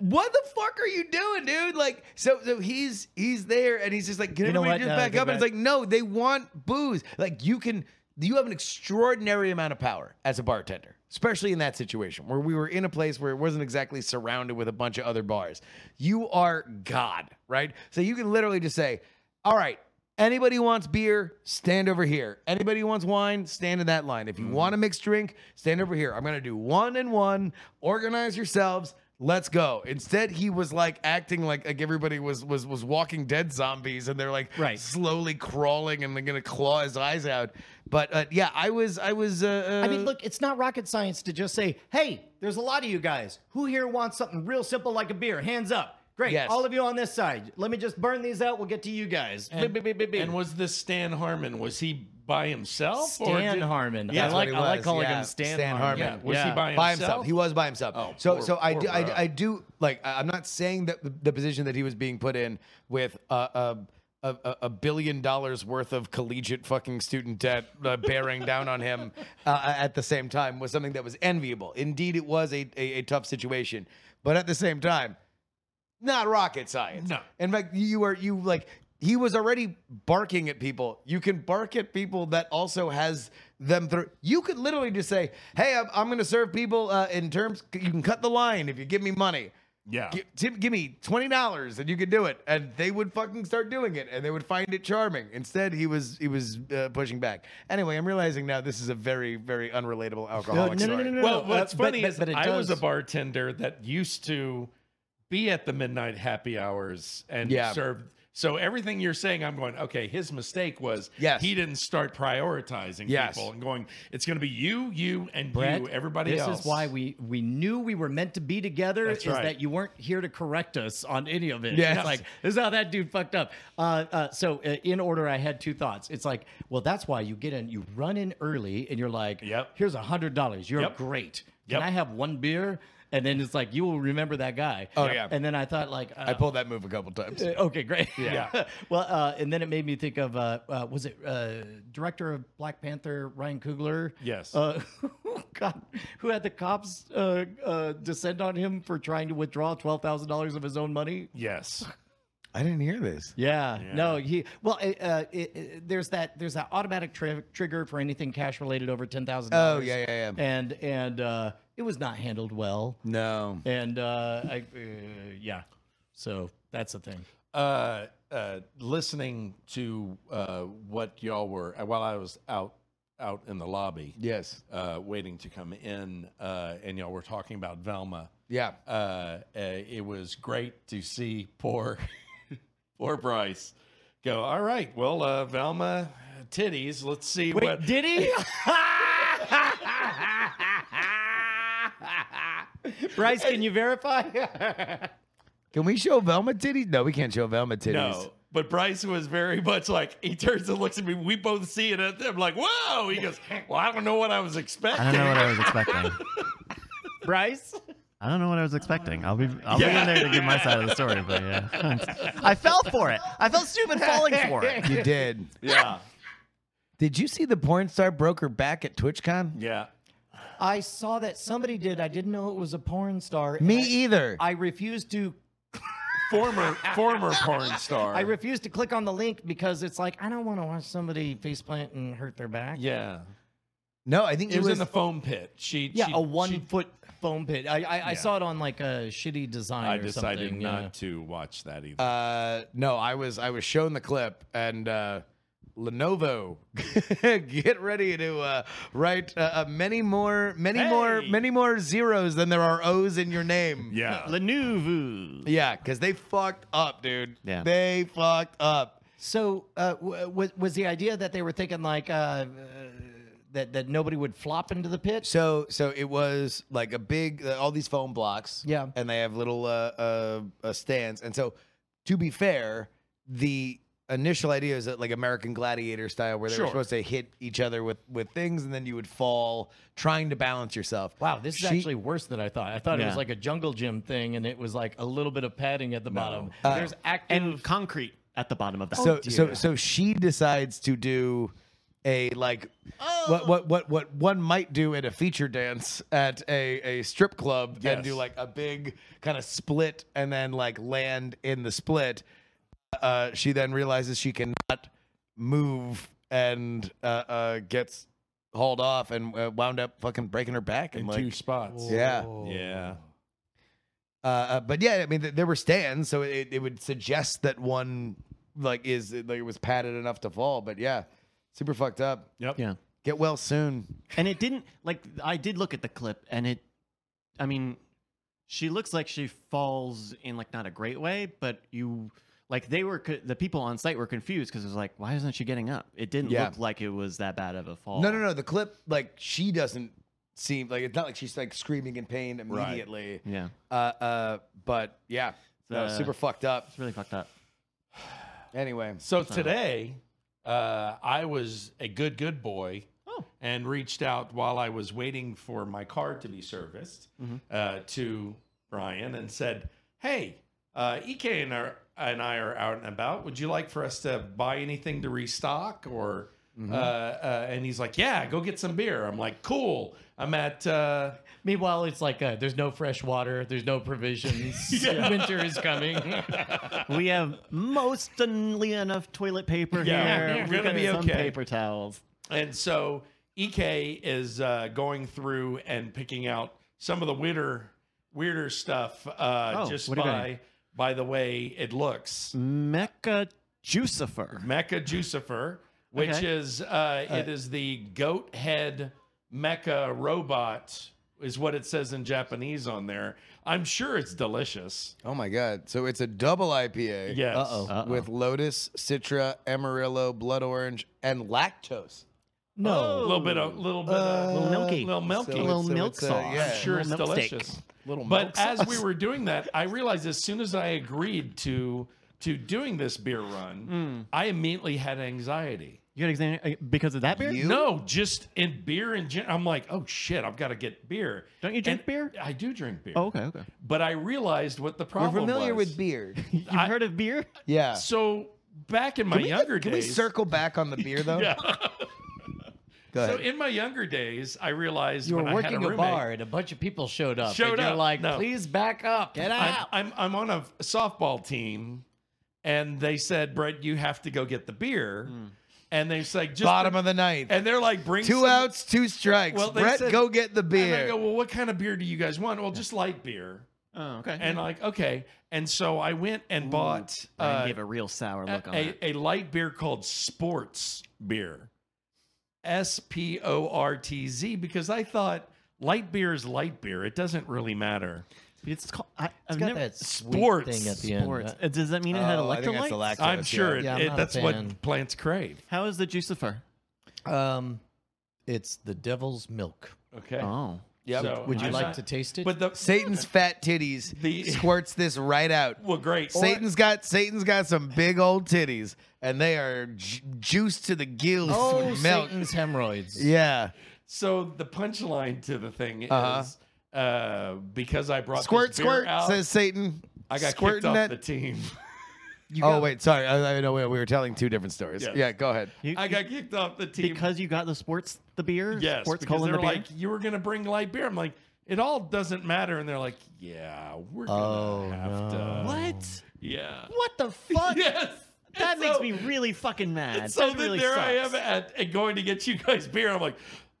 [SPEAKER 3] what the fuck are you doing, dude? Like, so so he's he's there and he's just like, can
[SPEAKER 2] You know
[SPEAKER 3] everybody
[SPEAKER 2] what?
[SPEAKER 3] just
[SPEAKER 2] No,
[SPEAKER 3] back
[SPEAKER 2] go
[SPEAKER 3] up? And it's
[SPEAKER 2] back.
[SPEAKER 3] like, no, they want booze. Like, you can you have an extraordinary amount of power as a bartender, especially in that situation where we were in a place where it wasn't exactly surrounded with a bunch of other bars. You are God, right? So you can literally just say, all right, Anybody who wants beer, stand over here. Anybody who wants wine, stand in that line. If you want a mixed drink, stand over here. I'm going to do one and one. Organize yourselves. Let's go. Instead, he was like acting like like everybody was was was walking dead zombies, and they're like
[SPEAKER 2] Right.
[SPEAKER 3] slowly crawling, and they're gonna claw his eyes out. But uh, yeah, I was I was. Uh,
[SPEAKER 2] I
[SPEAKER 3] uh,
[SPEAKER 2] mean, look, it's not rocket science to just say, hey, there's a lot of you guys. Who here wants something real simple like a beer? Hands up. Great.
[SPEAKER 3] Yes.
[SPEAKER 2] All of you on this side. Let me just burn these out. We'll get to you guys.
[SPEAKER 5] And,
[SPEAKER 2] Beep, beep, beep, beep.
[SPEAKER 5] and was this Stan Harmon? Was he by himself? or
[SPEAKER 2] Stan
[SPEAKER 5] did-
[SPEAKER 2] Harmon.
[SPEAKER 5] Yeah,
[SPEAKER 3] That's
[SPEAKER 5] I
[SPEAKER 3] what
[SPEAKER 5] like
[SPEAKER 3] he
[SPEAKER 5] I like
[SPEAKER 3] was,
[SPEAKER 5] calling
[SPEAKER 3] yeah.
[SPEAKER 5] him Stan,
[SPEAKER 3] Stan
[SPEAKER 5] Harmon.
[SPEAKER 3] Harmon.
[SPEAKER 5] Yeah. Was
[SPEAKER 2] Yeah.
[SPEAKER 5] he by himself?
[SPEAKER 3] by himself. He was by himself.
[SPEAKER 5] Oh,
[SPEAKER 3] so
[SPEAKER 5] poor-
[SPEAKER 3] so I
[SPEAKER 5] poor
[SPEAKER 3] do
[SPEAKER 5] bro.
[SPEAKER 3] I, I do like I- I'm not saying that the, the position that he was being put in with a uh, a, a, a billion dollars worth of collegiate fucking student debt uh, bearing down on him (laughs) uh, at the same time was something that was enviable. Indeed, it was a, a, a tough situation, but at the same time, not rocket science.
[SPEAKER 5] No.
[SPEAKER 3] In fact, you were you like he was already barking at people. You can bark at people that also has them through. You could literally just say, "Hey, I'm, I'm going to serve people uh, in terms. You can cut the line if you give me money.
[SPEAKER 5] Yeah.
[SPEAKER 3] Gi- tip- give me twenty dollars and you can do it." And they would fucking start doing it, and they would find it charming. Instead, he was he was uh, pushing back. Anyway, I'm realizing now this is a very very unrelatable alcoholic
[SPEAKER 2] no, no,
[SPEAKER 3] story.
[SPEAKER 2] no, no, no.
[SPEAKER 5] Well,
[SPEAKER 2] uh,
[SPEAKER 5] what's
[SPEAKER 2] but-
[SPEAKER 5] funny
[SPEAKER 2] but-
[SPEAKER 5] is
[SPEAKER 2] but it
[SPEAKER 5] I was a
[SPEAKER 2] does-
[SPEAKER 5] bartender that used to be at the midnight happy hours and
[SPEAKER 3] Yeah.
[SPEAKER 5] serve. So everything you're saying, I'm going, okay, his mistake was
[SPEAKER 3] Yes.
[SPEAKER 5] he didn't start prioritizing
[SPEAKER 3] Yes.
[SPEAKER 5] people and going, it's going to be you, you, and
[SPEAKER 2] Brett,
[SPEAKER 5] you, everybody
[SPEAKER 2] this
[SPEAKER 5] else.
[SPEAKER 2] is why we we knew we were meant to be together.
[SPEAKER 5] That's
[SPEAKER 2] is
[SPEAKER 5] right.
[SPEAKER 2] that you weren't here to correct us on any of it?
[SPEAKER 3] Yes.
[SPEAKER 2] It's like this is how that dude fucked up. Uh, uh, so uh, in order, I had two thoughts. It's like, well, that's why you get in, you run in early, and you're like,
[SPEAKER 5] Yep.
[SPEAKER 2] here's a hundred dollars. You're
[SPEAKER 5] Yep.
[SPEAKER 2] great.
[SPEAKER 5] Yep.
[SPEAKER 2] Can I have one beer? And then it's like you will remember that guy.
[SPEAKER 3] Oh, yeah.
[SPEAKER 2] And then I thought like uh,
[SPEAKER 3] I pulled that move a couple times.
[SPEAKER 2] uh, (laughs) Okay, great.
[SPEAKER 5] Yeah. Yeah.
[SPEAKER 2] (laughs) well, uh, and then it made me think of uh, uh, was it uh, director of Black Panther Ryan Coogler?
[SPEAKER 5] Yes.
[SPEAKER 2] Uh, (laughs) God, who had the cops uh, uh, descend on him for trying to withdraw twelve thousand dollars of his own money?
[SPEAKER 5] Yes.
[SPEAKER 3] I didn't hear this.
[SPEAKER 2] Yeah, no, he well, uh, uh, it, it, there's that there's that automatic tri- trigger for anything cash related over ten thousand.
[SPEAKER 3] Oh, yeah, yeah, yeah.
[SPEAKER 2] and and uh, it was not handled well,
[SPEAKER 3] No.
[SPEAKER 2] and uh, I uh, yeah, so that's the thing.
[SPEAKER 5] uh, uh, listening to uh, what y'all were uh, while I was out out in the lobby,
[SPEAKER 3] Yes.
[SPEAKER 5] uh, waiting to come in, uh, and y'all were talking about Velma.
[SPEAKER 3] Yeah.
[SPEAKER 5] uh, uh, it was great to see poor (laughs) poor Bryce go. All right, well, uh, Velma titties. Let's see what
[SPEAKER 2] did (laughs) he? Bryce, can you (laughs) verify?
[SPEAKER 3] Can we show Velma titties? No, we can't show Velma titties.
[SPEAKER 5] No, but Bryce was very much like he turns and looks at me. We both see it. And I'm like, whoa. He goes, well, I don't know what I was expecting.
[SPEAKER 1] I don't know what I was expecting.
[SPEAKER 2] Bryce?
[SPEAKER 1] I don't know what I was expecting. I'll be I'll be
[SPEAKER 5] Yeah.
[SPEAKER 1] in there to give my side of the story, but yeah. (laughs) I fell for it. I felt stupid falling for it.
[SPEAKER 5] (laughs)
[SPEAKER 3] You did.
[SPEAKER 5] (laughs) Yeah,
[SPEAKER 3] Did you see the porn star broke her back at TwitchCon?
[SPEAKER 5] yeah.
[SPEAKER 2] (laughs) I saw that somebody did. I didn't know it was a porn star. and
[SPEAKER 3] Me
[SPEAKER 2] I-
[SPEAKER 3] either.
[SPEAKER 2] I refused to.
[SPEAKER 5] Former former porn star.
[SPEAKER 2] I refused to click on the link because it's like I don't want to watch somebody face plant and hurt their back.
[SPEAKER 5] yeah,
[SPEAKER 3] no, I think
[SPEAKER 5] it was in the foam pit. She
[SPEAKER 2] yeah,
[SPEAKER 5] she-
[SPEAKER 2] a one
[SPEAKER 5] she-
[SPEAKER 2] foot foam pit. I I, I saw it on like a shitty design.
[SPEAKER 5] I
[SPEAKER 2] or
[SPEAKER 5] decided
[SPEAKER 2] something,
[SPEAKER 5] not
[SPEAKER 2] yeah.
[SPEAKER 5] to watch that either.
[SPEAKER 3] Uh, no, I was I was shown the clip and uh, Lenovo, (laughs) get ready to uh, write uh, uh, many more, many more,
[SPEAKER 5] Hey.
[SPEAKER 3] many more zeros than there are O's in your name.
[SPEAKER 5] yeah,
[SPEAKER 1] Lenuvu.
[SPEAKER 3] yeah, because they fucked up, dude.
[SPEAKER 1] Yeah.
[SPEAKER 3] they fucked up.
[SPEAKER 2] So uh, w- was was the idea that they were thinking like uh, uh, that that nobody would flop into the pit?
[SPEAKER 3] So so it was like a big uh, all these foam blocks.
[SPEAKER 2] Yeah.
[SPEAKER 3] And they have little uh, uh, uh stands. And so to be fair, the initial idea is that like American Gladiator style where they
[SPEAKER 5] Sure.
[SPEAKER 3] were supposed to hit each other with with things and then you would fall trying to balance yourself.
[SPEAKER 2] Wow, this is
[SPEAKER 3] She-
[SPEAKER 2] actually worse than I thought. I thought it was
[SPEAKER 1] Yeah.
[SPEAKER 2] like a jungle gym thing, and it was like a little bit of padding at the bottom. There's active.
[SPEAKER 1] And concrete at the bottom of that.
[SPEAKER 3] so so so she decides to do a like what what what what one might do in a feature dance at a a strip club and
[SPEAKER 5] Yes.
[SPEAKER 3] do like a big kind of split and then like land in the split. Uh, she then realizes she cannot move and uh, uh, gets hauled off and uh, wound up fucking breaking her back and
[SPEAKER 5] in
[SPEAKER 3] like
[SPEAKER 5] two spots.
[SPEAKER 3] yeah.
[SPEAKER 5] Yeah.
[SPEAKER 3] Uh, uh, but yeah, I mean, th- there were stands, so it, it would suggest that one like is like it was padded enough to fall. But yeah, super fucked up.
[SPEAKER 5] Yep.
[SPEAKER 1] Yeah.
[SPEAKER 3] Get well soon.
[SPEAKER 1] And it didn't like I did look at the clip and it I mean she looks like she falls in like not a great way, but you like they were co- the people on site were confused because it was like why isn't she getting up? It didn't
[SPEAKER 3] Yeah.
[SPEAKER 1] look like it was that bad of a fall.
[SPEAKER 3] No, no, no. The clip like she doesn't seem like it's not like she's like screaming in pain immediately.
[SPEAKER 1] Yeah.
[SPEAKER 3] Uh, uh, but yeah, no,
[SPEAKER 1] Uh,
[SPEAKER 3] super fucked up.
[SPEAKER 1] It's really fucked up.
[SPEAKER 3] Anyway,
[SPEAKER 5] So today, uh, I was a good, good boy and reached out while I was waiting for my car to be serviced uh, to Brian and said, Hey, uh, EK and, our, and I are out and about. Would you like for us to buy anything to restock? Or, uh, uh, and he's like, Yeah, go get some beer. I'm like, Cool. I'm at, uh,
[SPEAKER 2] Meanwhile, it's like uh, there's no fresh water, there's no (laughs) provisions. Winter is (laughs) coming.
[SPEAKER 1] We have mostly enough toilet paper
[SPEAKER 5] Yeah,
[SPEAKER 1] here.
[SPEAKER 5] we're
[SPEAKER 1] We've
[SPEAKER 5] gonna
[SPEAKER 1] got
[SPEAKER 5] be
[SPEAKER 1] some
[SPEAKER 5] okay.
[SPEAKER 1] paper towels.
[SPEAKER 5] And so EK is uh, going through and picking out some of the weirder, weirder stuff uh,
[SPEAKER 1] Oh,
[SPEAKER 5] just
[SPEAKER 1] what do you
[SPEAKER 5] by by the way it looks.
[SPEAKER 1] Mecca Jucifer.
[SPEAKER 5] Mecca Jucifer, which
[SPEAKER 1] Okay.
[SPEAKER 5] is uh, it is the goat head mecha robot, is what it says in Japanese on there. I'm sure it's delicious.
[SPEAKER 3] oh my god. So it's a double IPA.
[SPEAKER 5] Yes.
[SPEAKER 1] Uh-oh.
[SPEAKER 3] With lotus, citra, amarillo, blood orange, and lactose.
[SPEAKER 5] A
[SPEAKER 2] No.
[SPEAKER 5] little bit of little bit
[SPEAKER 3] Uh,
[SPEAKER 5] of
[SPEAKER 1] Uh, little milky.
[SPEAKER 5] little milky.
[SPEAKER 1] A little milk
[SPEAKER 3] it's, uh,
[SPEAKER 1] sauce.
[SPEAKER 3] yeah.
[SPEAKER 5] I'm sure it's
[SPEAKER 1] Little milk steak.
[SPEAKER 5] delicious.
[SPEAKER 3] Little milk
[SPEAKER 5] But as we were doing that, I realized as soon as I agreed to to doing this beer
[SPEAKER 3] Mm.
[SPEAKER 5] run, I immediately had anxiety.
[SPEAKER 1] You got exam- because of that beer?
[SPEAKER 3] You-
[SPEAKER 5] No, just in beer and gin. I'm like, oh shit, I've got to get beer.
[SPEAKER 1] Don't you drink
[SPEAKER 5] And
[SPEAKER 1] beer?
[SPEAKER 5] I do drink beer.
[SPEAKER 1] Oh, okay, okay.
[SPEAKER 5] But I realized what the
[SPEAKER 3] We're
[SPEAKER 5] problem
[SPEAKER 3] familiar
[SPEAKER 5] was.
[SPEAKER 3] with beer.
[SPEAKER 1] You've heard of beer?
[SPEAKER 3] (laughs) Yeah.
[SPEAKER 5] So back in my younger
[SPEAKER 3] Can we
[SPEAKER 5] days,
[SPEAKER 3] circle back
[SPEAKER 5] (laughs)
[SPEAKER 3] on the beer though?
[SPEAKER 5] Yeah.
[SPEAKER 3] Go
[SPEAKER 5] so
[SPEAKER 3] ahead.
[SPEAKER 5] in my younger days, I realized
[SPEAKER 2] You were
[SPEAKER 5] when I had
[SPEAKER 2] working
[SPEAKER 5] a,
[SPEAKER 2] a,
[SPEAKER 5] roommate-
[SPEAKER 2] bar and a bunch of people showed up.
[SPEAKER 5] Showed
[SPEAKER 2] and you're
[SPEAKER 5] up,
[SPEAKER 2] like,
[SPEAKER 5] no.
[SPEAKER 2] please back up. Get
[SPEAKER 5] I'm,
[SPEAKER 2] out.
[SPEAKER 5] I'm I'm on a softball team, and they said, Brett, you have to go get the beer. And they said, just
[SPEAKER 3] Bottom of the ninth.
[SPEAKER 5] and they're like, bring
[SPEAKER 3] Two
[SPEAKER 5] some-
[SPEAKER 3] outs, two strikes.
[SPEAKER 5] Well, they
[SPEAKER 3] Brett,
[SPEAKER 5] said-
[SPEAKER 3] go get the
[SPEAKER 5] And I
[SPEAKER 3] beer.
[SPEAKER 5] go, well, what kind of beer do you guys want? Well, just light beer.
[SPEAKER 1] Oh, okay.
[SPEAKER 5] And like, okay. And so I went and bought
[SPEAKER 1] I
[SPEAKER 5] uh,
[SPEAKER 1] gave a real sour
[SPEAKER 5] a,
[SPEAKER 1] look on it.
[SPEAKER 5] a, a light beer called Sports Beer, S P O R T Z, because I thought light beer is light beer. It doesn't really matter.
[SPEAKER 1] It's called. I, I've
[SPEAKER 2] got
[SPEAKER 1] never,
[SPEAKER 2] that sweet
[SPEAKER 5] Sports.
[SPEAKER 2] thing at the
[SPEAKER 1] sports.
[SPEAKER 2] end.
[SPEAKER 1] Uh, Does that mean it had
[SPEAKER 3] Oh, I think that's the
[SPEAKER 1] electrolytes?
[SPEAKER 3] lactose,
[SPEAKER 5] I'm sure
[SPEAKER 3] yeah.
[SPEAKER 5] it,
[SPEAKER 2] Yeah, I'm
[SPEAKER 5] it-
[SPEAKER 2] not a
[SPEAKER 5] that's
[SPEAKER 2] fan.
[SPEAKER 5] what plants crave.
[SPEAKER 1] How is the juicifer?
[SPEAKER 2] Um, it's the devil's milk.
[SPEAKER 5] Okay.
[SPEAKER 1] Oh,
[SPEAKER 3] Yep.
[SPEAKER 5] So
[SPEAKER 2] Would you
[SPEAKER 5] I'm
[SPEAKER 2] like
[SPEAKER 5] not-
[SPEAKER 2] to taste it? (laughs)
[SPEAKER 5] But the
[SPEAKER 3] Satan's fat titties
[SPEAKER 5] The-
[SPEAKER 3] squirts this right out.
[SPEAKER 5] well, great.
[SPEAKER 3] Satan's got Satan's got some big old titties, and they are ju- juiced to the gills
[SPEAKER 2] oh,
[SPEAKER 3] with milk.
[SPEAKER 2] Satan's hemorrhoids.
[SPEAKER 3] Yeah,
[SPEAKER 5] So the punchline to the thing
[SPEAKER 3] Uh-huh.
[SPEAKER 5] is uh, because I brought
[SPEAKER 3] squirt,
[SPEAKER 5] this beer
[SPEAKER 3] squirt,
[SPEAKER 5] out,
[SPEAKER 3] says Satan.
[SPEAKER 5] I got kicked
[SPEAKER 3] squirting
[SPEAKER 5] off
[SPEAKER 3] that.
[SPEAKER 5] the team. (laughs)
[SPEAKER 3] oh wait, sorry. I, I know we we were telling two different stories.
[SPEAKER 5] Yes.
[SPEAKER 3] Yeah, go ahead.
[SPEAKER 1] You-
[SPEAKER 5] I got kicked off the team
[SPEAKER 1] because you got the sports, the beer.
[SPEAKER 5] yes,
[SPEAKER 1] sports
[SPEAKER 5] because
[SPEAKER 1] colon
[SPEAKER 5] they're
[SPEAKER 1] the beer.
[SPEAKER 5] like you were gonna bring light beer. I'm like, it all doesn't matter, and they're like, yeah, we're gonna
[SPEAKER 2] Oh, no.
[SPEAKER 5] have to.
[SPEAKER 1] what?
[SPEAKER 5] Yeah.
[SPEAKER 1] What the fuck?
[SPEAKER 5] (laughs) Yes.
[SPEAKER 1] That
[SPEAKER 5] And
[SPEAKER 1] makes
[SPEAKER 5] so-
[SPEAKER 1] me really fucking mad.
[SPEAKER 5] and So
[SPEAKER 1] that
[SPEAKER 5] then
[SPEAKER 1] really
[SPEAKER 5] there I am
[SPEAKER 1] sucks.
[SPEAKER 5] at, at going to get you guys beer. I'm like,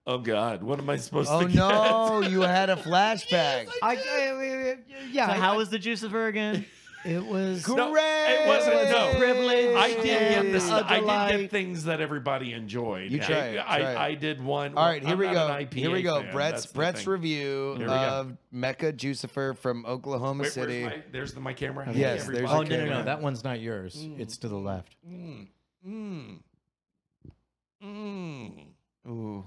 [SPEAKER 5] oh god, what am I supposed (laughs)
[SPEAKER 3] Oh
[SPEAKER 5] to? get?
[SPEAKER 3] no, you had a flashback.
[SPEAKER 2] I, I- yeah.
[SPEAKER 1] So
[SPEAKER 2] I-
[SPEAKER 1] how was the juicifer again?
[SPEAKER 2] it was
[SPEAKER 3] Great.
[SPEAKER 5] No, it wasn't. No,
[SPEAKER 2] Privilege.
[SPEAKER 5] I did get this.
[SPEAKER 2] Other
[SPEAKER 5] I did
[SPEAKER 2] light.
[SPEAKER 5] get things that everybody enjoyed.
[SPEAKER 3] You
[SPEAKER 5] I-
[SPEAKER 3] try it,
[SPEAKER 5] I,
[SPEAKER 3] try it.
[SPEAKER 5] I did one.
[SPEAKER 3] All right, here
[SPEAKER 5] I'm
[SPEAKER 3] we
[SPEAKER 5] not
[SPEAKER 3] go.
[SPEAKER 5] an
[SPEAKER 3] Here we
[SPEAKER 5] IPA
[SPEAKER 3] go.
[SPEAKER 5] fan,
[SPEAKER 3] Brett's
[SPEAKER 5] that's the
[SPEAKER 3] Brett's
[SPEAKER 5] thing.
[SPEAKER 3] review
[SPEAKER 5] Here we go.
[SPEAKER 3] of Mecca Jucifer from Oklahoma
[SPEAKER 5] Wait, where's
[SPEAKER 3] City.
[SPEAKER 5] my- there's the, my camera.
[SPEAKER 3] Yes,
[SPEAKER 5] Everybody-
[SPEAKER 3] there's
[SPEAKER 2] Oh
[SPEAKER 3] a
[SPEAKER 2] no no no!
[SPEAKER 3] camera.
[SPEAKER 2] That one's not yours. It's to the left.
[SPEAKER 5] Mm, mm, mm.
[SPEAKER 1] Ooh.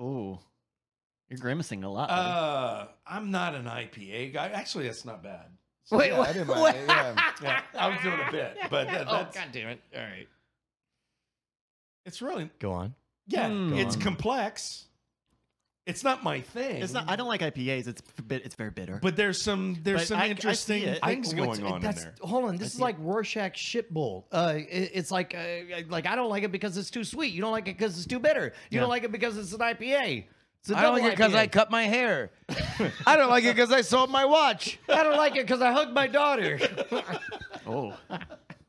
[SPEAKER 1] Ooh. You're grimacing a lot. buddy.
[SPEAKER 5] Uh, I'm not an IPA guy. Actually, that's not bad.
[SPEAKER 3] Wait, yeah, I didn't mind it, yeah.
[SPEAKER 5] Yeah, I was doing a bit, but
[SPEAKER 3] (laughs)
[SPEAKER 5] that,
[SPEAKER 3] Oh,
[SPEAKER 5] that's
[SPEAKER 2] damn it! All right,
[SPEAKER 5] it's really
[SPEAKER 2] go on.
[SPEAKER 5] yeah.
[SPEAKER 3] Hmm.
[SPEAKER 1] Mm.
[SPEAKER 5] It's complex. It's not my thing.
[SPEAKER 1] it's not. I don't like IPAs. It's f- bit. It's very bitter.
[SPEAKER 5] But there's some there's
[SPEAKER 1] But
[SPEAKER 5] some
[SPEAKER 1] I- I see
[SPEAKER 5] interesting
[SPEAKER 1] it. I-
[SPEAKER 5] things
[SPEAKER 2] what's-
[SPEAKER 5] going on in
[SPEAKER 2] that's-
[SPEAKER 5] there.
[SPEAKER 2] Hold on, this is like Rorschach shit bowl. Uh, it- it's like uh, like I don't like it because it's too sweet. You don't like it because it's too bitter. You don't like it because it's an IPA. It's a
[SPEAKER 3] I don't like
[SPEAKER 2] double
[SPEAKER 3] it because
[SPEAKER 2] IPA.
[SPEAKER 3] I cut my hair. (laughs) I don't like it because I sold my watch.
[SPEAKER 2] I don't like it because I hugged my daughter.
[SPEAKER 1] oh,
[SPEAKER 3] I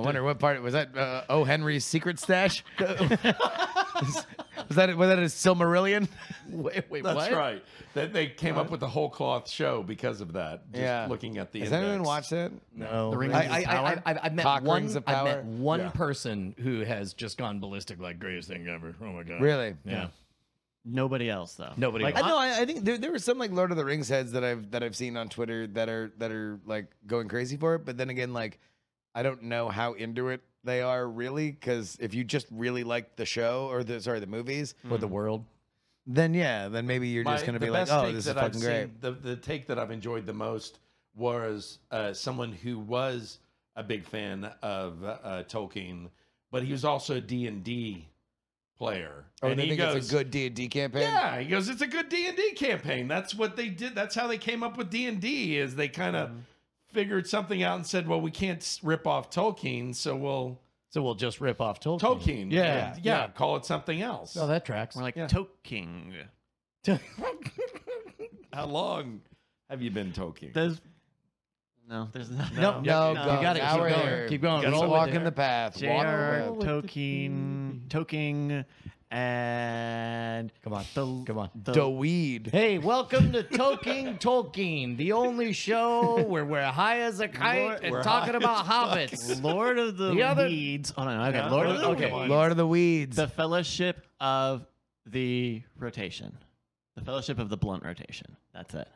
[SPEAKER 3] wonder what part was that. Uh,
[SPEAKER 5] (laughs)
[SPEAKER 3] o. Henry's secret stash. was that was that a Silmarillion?
[SPEAKER 2] wait, wait,
[SPEAKER 5] That's
[SPEAKER 2] what?
[SPEAKER 5] right. That they came up with the whole cloth show because of that. Just
[SPEAKER 3] Yeah.
[SPEAKER 5] looking at the
[SPEAKER 3] Has
[SPEAKER 5] index.
[SPEAKER 3] anyone watched that?
[SPEAKER 2] No,
[SPEAKER 1] The Rings
[SPEAKER 2] I,
[SPEAKER 1] of
[SPEAKER 2] I, I,
[SPEAKER 1] Power?
[SPEAKER 2] I, I've met
[SPEAKER 3] Cock
[SPEAKER 2] one.
[SPEAKER 3] Rings of
[SPEAKER 2] I've
[SPEAKER 3] Power?
[SPEAKER 2] met one
[SPEAKER 5] Yeah.
[SPEAKER 2] person who has just gone ballistic, like greatest thing ever. Oh my god,
[SPEAKER 3] Really?
[SPEAKER 2] Yeah,
[SPEAKER 1] Nobody else though.
[SPEAKER 2] Nobody
[SPEAKER 1] Like,
[SPEAKER 2] else.
[SPEAKER 3] I
[SPEAKER 1] I-
[SPEAKER 3] know. I, I think there, there were some like Lord of the Rings heads that I've that I've seen on Twitter that are that are like going crazy for it. But then again, like I don't know how into it they are really because if you just really like the show or the sorry the movies,
[SPEAKER 2] or the world.
[SPEAKER 3] then yeah, then maybe you're
[SPEAKER 5] My-
[SPEAKER 3] just gonna
[SPEAKER 5] the
[SPEAKER 3] be like,
[SPEAKER 5] best
[SPEAKER 3] oh,
[SPEAKER 5] take
[SPEAKER 3] this is
[SPEAKER 5] that I've
[SPEAKER 3] fucking great.
[SPEAKER 5] seen- the, the take that I've enjoyed the most was uh, someone who was a big fan of uh, Tolkien, but he was also a D and D player.
[SPEAKER 3] Oh,
[SPEAKER 5] and
[SPEAKER 3] they
[SPEAKER 5] he
[SPEAKER 3] think it's
[SPEAKER 5] goes,
[SPEAKER 3] a good D and D campaign.
[SPEAKER 5] Yeah, he goes, it's a good D and D campaign. That's what they did. That's how they came up with D and D. Is they kind of figured something out and said, well, we can't s- rip off Tolkien, so we'll
[SPEAKER 2] So we'll just rip off Tolkien.
[SPEAKER 5] Tolkien.
[SPEAKER 2] Mm-hmm. Yeah,
[SPEAKER 5] yeah,
[SPEAKER 2] yeah.
[SPEAKER 5] call it something else.
[SPEAKER 2] Oh, that tracks.
[SPEAKER 1] we're like
[SPEAKER 5] Yeah.
[SPEAKER 1] toking.
[SPEAKER 2] (laughs)
[SPEAKER 5] how long have you been Tolkien?
[SPEAKER 1] There's no, there's not.
[SPEAKER 2] No,
[SPEAKER 3] No,
[SPEAKER 1] No,
[SPEAKER 3] go.
[SPEAKER 1] you
[SPEAKER 2] gotta
[SPEAKER 3] now
[SPEAKER 2] keep
[SPEAKER 3] we're
[SPEAKER 2] going.
[SPEAKER 3] there.
[SPEAKER 2] Keep going.
[SPEAKER 3] Keep
[SPEAKER 2] Roll with
[SPEAKER 3] walking
[SPEAKER 2] it.
[SPEAKER 3] the path. Walk the
[SPEAKER 1] J.R.
[SPEAKER 3] path.
[SPEAKER 1] Tolkien, Toking, and
[SPEAKER 2] Come on.
[SPEAKER 1] the
[SPEAKER 2] Come on.
[SPEAKER 1] the
[SPEAKER 3] The weed.
[SPEAKER 2] Hey, welcome to Tolkien (laughs) Tolkien, the only show where we're high as a kite
[SPEAKER 5] Lord,
[SPEAKER 2] and
[SPEAKER 5] we're
[SPEAKER 2] talking
[SPEAKER 5] high
[SPEAKER 2] about hobbits.
[SPEAKER 1] Lord of the,
[SPEAKER 2] (laughs) The other-
[SPEAKER 1] Weeds. Oh no, okay,
[SPEAKER 5] Yeah,
[SPEAKER 1] Lord of
[SPEAKER 5] Lord
[SPEAKER 1] the
[SPEAKER 5] of the
[SPEAKER 1] okay.
[SPEAKER 5] Weeds.
[SPEAKER 3] Lord of the Weeds.
[SPEAKER 1] The Fellowship of the Rotation, the Fellowship of the Blunt Rotation. That's it.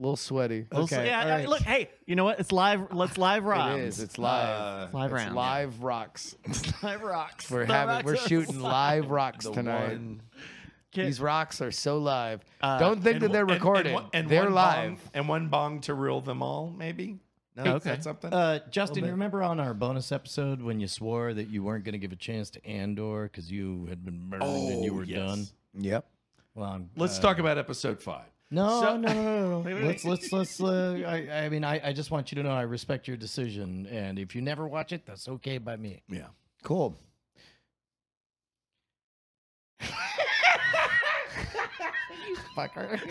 [SPEAKER 3] little sweaty.
[SPEAKER 1] We'll see- yeah, I- look, hey, you know what? It's live. Let's live
[SPEAKER 3] it
[SPEAKER 1] rhymes.
[SPEAKER 3] is. It's live.
[SPEAKER 5] Uh,
[SPEAKER 1] live
[SPEAKER 3] It's
[SPEAKER 1] round.
[SPEAKER 3] live rocks.
[SPEAKER 1] live rocks.
[SPEAKER 3] We're
[SPEAKER 1] The
[SPEAKER 3] having we're
[SPEAKER 1] rocks are
[SPEAKER 3] shooting live rocks
[SPEAKER 5] the
[SPEAKER 3] tonight.
[SPEAKER 5] one-
[SPEAKER 1] Kid-
[SPEAKER 3] These rocks are so live.
[SPEAKER 1] Uh,
[SPEAKER 3] Don't think that
[SPEAKER 5] And-
[SPEAKER 3] they're
[SPEAKER 5] and- and
[SPEAKER 3] recorded.
[SPEAKER 5] one- and
[SPEAKER 3] they're
[SPEAKER 5] one
[SPEAKER 3] live.
[SPEAKER 5] Bong, and one bong to rule them all, maybe? No, is
[SPEAKER 1] okay.
[SPEAKER 5] that something?
[SPEAKER 2] Uh, Justin, you remember on our bonus episode when you swore that you weren't going to give a chance to Andor because you had been burned and you
[SPEAKER 5] Oh,
[SPEAKER 2] were
[SPEAKER 5] yes.
[SPEAKER 2] done?
[SPEAKER 3] Yep.
[SPEAKER 2] Well, I'm,
[SPEAKER 5] Let's
[SPEAKER 2] uh,
[SPEAKER 5] talk about episode five.
[SPEAKER 2] No,
[SPEAKER 5] So-
[SPEAKER 2] no, no, no,
[SPEAKER 1] Wait,
[SPEAKER 2] no.
[SPEAKER 1] wait,
[SPEAKER 2] let's let's let's. Uh, I, I mean, I, I just want you to know I respect your decision, and if you never watch it, that's okay by me.
[SPEAKER 5] Yeah.
[SPEAKER 3] Cool.
[SPEAKER 2] Fucker.
[SPEAKER 1] Hey,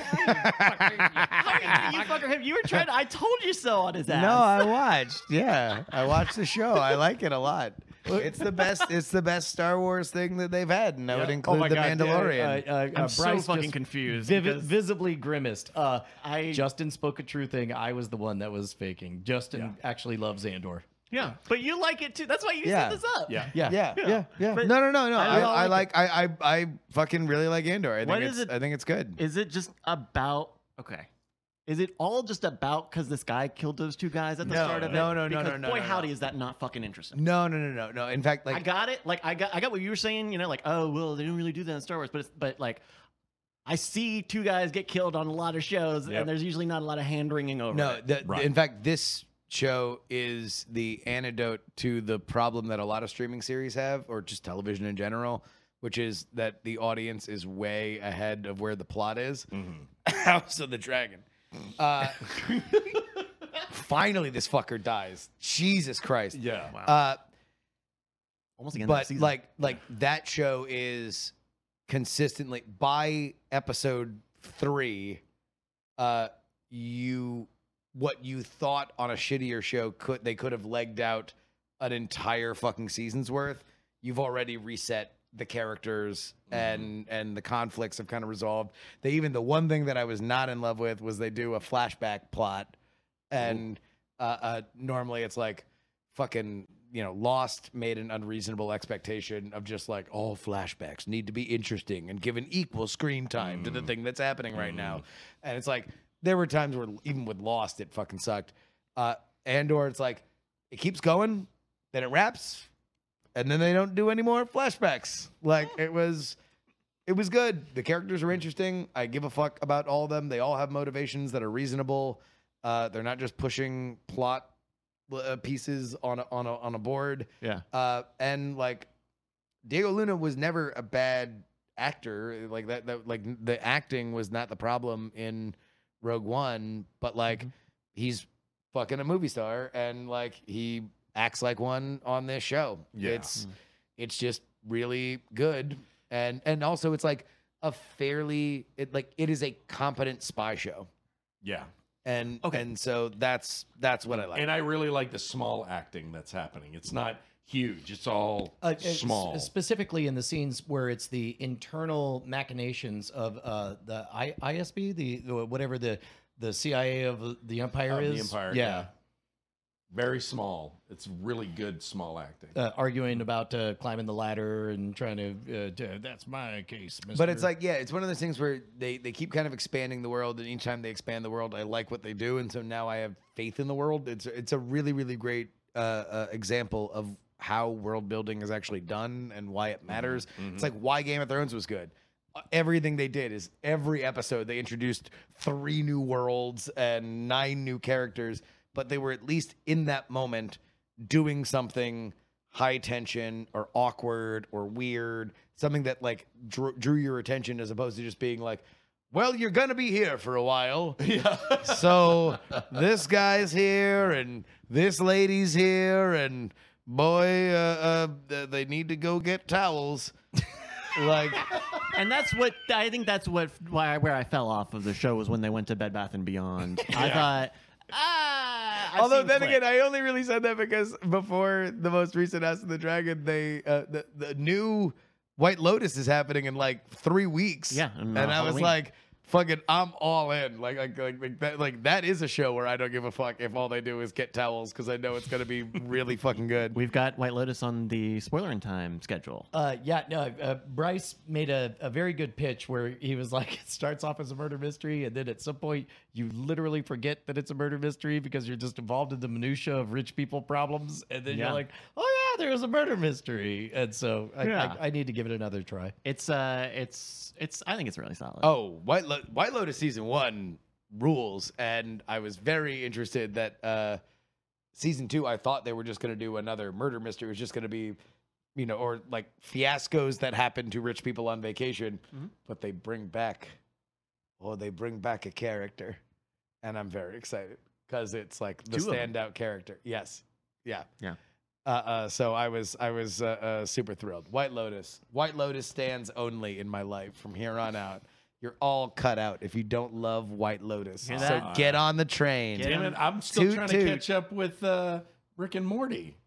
[SPEAKER 1] you fucker him. You were trying. To, I told you so on his ass.
[SPEAKER 3] No, I watched. Yeah, I watched the show. I like it a lot. It's the best. It's the best Star Wars thing that they've had, and I would
[SPEAKER 5] Yeah. Oh
[SPEAKER 3] include
[SPEAKER 2] my
[SPEAKER 3] the
[SPEAKER 2] God, yeah,
[SPEAKER 3] Mandalorian.
[SPEAKER 2] uh, uh,
[SPEAKER 1] I'm
[SPEAKER 2] uh,
[SPEAKER 1] so
[SPEAKER 2] Bryce
[SPEAKER 1] fucking
[SPEAKER 2] just
[SPEAKER 1] confused.
[SPEAKER 2] vivi-
[SPEAKER 1] because
[SPEAKER 2] visibly grimaced. Uh,
[SPEAKER 1] I
[SPEAKER 2] Justin spoke a true thing. I was the one that was faking. Justin actually loves Andor.
[SPEAKER 1] yeah, but you like it too. That's why you
[SPEAKER 3] Yeah.
[SPEAKER 1] set this up.
[SPEAKER 5] Yeah.
[SPEAKER 2] Yeah.
[SPEAKER 3] yeah,
[SPEAKER 1] yeah,
[SPEAKER 3] yeah, yeah.
[SPEAKER 1] but
[SPEAKER 3] No, no, no, no.
[SPEAKER 1] I
[SPEAKER 3] I,
[SPEAKER 1] really
[SPEAKER 3] I
[SPEAKER 1] like
[SPEAKER 3] like. I, I, I fucking really like Andor. I think
[SPEAKER 1] What
[SPEAKER 3] it's,
[SPEAKER 1] is it-
[SPEAKER 3] I think it's good.
[SPEAKER 1] Is it just about okay? Is it all just about because this guy killed those two guys at the
[SPEAKER 3] No,
[SPEAKER 1] start of
[SPEAKER 3] no,
[SPEAKER 1] it?
[SPEAKER 3] no, no,
[SPEAKER 1] Because,
[SPEAKER 3] no, no,
[SPEAKER 1] Boy,
[SPEAKER 3] no, no.
[SPEAKER 1] howdy, is that not fucking interesting?
[SPEAKER 3] no, no, no, no, no. In fact, like
[SPEAKER 1] I got it. Like I got, I got what you were saying. You know, like oh well, they didn't really do that in Star Wars, but it's, but like, I see two guys get killed on a lot of shows,
[SPEAKER 5] Yep.
[SPEAKER 1] and there's usually not a lot of hand wringing over.
[SPEAKER 3] No,
[SPEAKER 1] it.
[SPEAKER 3] the,
[SPEAKER 5] Right.
[SPEAKER 3] in fact, this show is the antidote to the problem that a lot of streaming series have, or just television in general, which is that the audience is way ahead of where the plot is.
[SPEAKER 5] Mm-hmm.
[SPEAKER 3] (laughs) House of the Dragon. Uh, (laughs) finally, this fucker dies. Jesus Christ.
[SPEAKER 5] Yeah.
[SPEAKER 3] Uh,
[SPEAKER 1] almost again.
[SPEAKER 3] but like like that show is consistently by episode three uh you what you thought on a shittier show could they could have legged out an entire fucking season's worth you've already reset the characters and and the conflicts have kind of resolved they even the one thing that i was not in love with was they do a flashback plot and uh, uh, normally it's like fucking you know lost made an unreasonable expectation of just like all flashbacks need to be interesting and given equal screen time to the thing that's happening right now and it's like there were times where even with lost it fucking sucked uh andor it's like it keeps going then it wraps and then they don't do any more flashbacks like it was it was good. The characters are interesting. I give a fuck about all of them. They all have motivations that are reasonable. Uh, they're not just pushing plot uh, pieces on a, on a, on a board.
[SPEAKER 1] yeah,
[SPEAKER 3] Uh, and like Diego Luna was never a bad actor. Like that, that like the acting was not the problem in Rogue One, but like he's fucking a movie star and like he acts like one on this show.
[SPEAKER 5] Yeah.
[SPEAKER 3] It's it's just really good. And and also it's like a fairly it like it is a competent spy show.
[SPEAKER 5] yeah.
[SPEAKER 3] And
[SPEAKER 1] Okay.
[SPEAKER 3] and so that's that's what I like.
[SPEAKER 5] And I really like the small acting that's happening. It's not huge. It's all
[SPEAKER 2] Uh, uh, s-
[SPEAKER 5] small.
[SPEAKER 2] specifically in the scenes where it's the internal machinations of uh, the I- ISB, the, the whatever the the CIA of the Empire
[SPEAKER 5] Of the
[SPEAKER 2] is.
[SPEAKER 5] Empire,
[SPEAKER 2] yeah.
[SPEAKER 5] Very small. It's really good small acting.
[SPEAKER 2] Uh, arguing about uh, climbing the ladder and trying to. Uh, to that's my case, Mr.
[SPEAKER 3] But it's like, yeah, it's one of those things where they, they keep kind of expanding the world, and each time they expand the world, I like what they do, and so now I have faith in the world. It's it's a really really great uh, uh, example of how world building is actually done and why it matters. It's like why Game of Thrones was good. Uh, Everything they did is every episode they introduced three new worlds and nine new characters, but they were at least in that moment doing something high tension or awkward or weird, something that like drew, drew your attention as opposed to just being like, well, you're gonna be here for a while. Yeah. so this guy's here and this lady's here and boy, uh, uh, th- they need to go get towels. like,
[SPEAKER 1] and that's what I think. That's what why where I fell off of the show was when they went to Bed Bath and
[SPEAKER 3] (laughs)
[SPEAKER 1] Beyond. I thought, ah. I've
[SPEAKER 3] although
[SPEAKER 1] seen
[SPEAKER 3] then
[SPEAKER 1] clips.
[SPEAKER 3] again, I only really said that because before the most recent House of the Dragon, they uh, the the new White Lotus is happening in like three weeks.
[SPEAKER 1] Yeah,
[SPEAKER 3] and,
[SPEAKER 1] and, uh,
[SPEAKER 3] I was
[SPEAKER 1] Halloween.
[SPEAKER 3] like, "Fucking, I'm all in." Like, like, like, like that. Like that is a show where I don't give a fuck if all they do is get towels because I know it's gonna be really fucking good.
[SPEAKER 1] we've got White Lotus on the spoiler in time schedule.
[SPEAKER 2] Uh, yeah, no. Uh, Bryce made a, a very good pitch where he was like, (laughs) it starts off as a murder mystery, and then at some point you literally forget that it's a murder mystery because you're just involved in the minutia of rich people problems, and then
[SPEAKER 1] Yeah.
[SPEAKER 2] you're like, oh yeah, there is a murder mystery, and so I,
[SPEAKER 1] Yeah.
[SPEAKER 2] I, I need to give it another try.
[SPEAKER 1] It's uh, it's it's. I think it's really solid.
[SPEAKER 3] Oh, White Lo- White Lotus season one rules, and I was very interested that uh, season two. I thought they were just going to do another murder mystery. It was just going to be, you know, or like fiascos that happen to rich people on vacation.
[SPEAKER 1] Mm-hmm.
[SPEAKER 3] But they bring back, oh, they bring back a character, and I'm very excited because it's like the
[SPEAKER 1] Two of 'em.
[SPEAKER 3] standout character. Yes, yeah,
[SPEAKER 1] Yeah.
[SPEAKER 3] Uh, uh, so I was I was uh, uh, super thrilled. White Lotus, White Lotus stands only in my life from here on out. You're all cut out if you don't love White Lotus.
[SPEAKER 1] Hear
[SPEAKER 3] So
[SPEAKER 1] that?
[SPEAKER 3] get on the train.
[SPEAKER 1] Get
[SPEAKER 5] Damn it! I'm still
[SPEAKER 3] Toot
[SPEAKER 5] trying
[SPEAKER 3] toot.
[SPEAKER 5] to catch up with uh, Rick and Morty.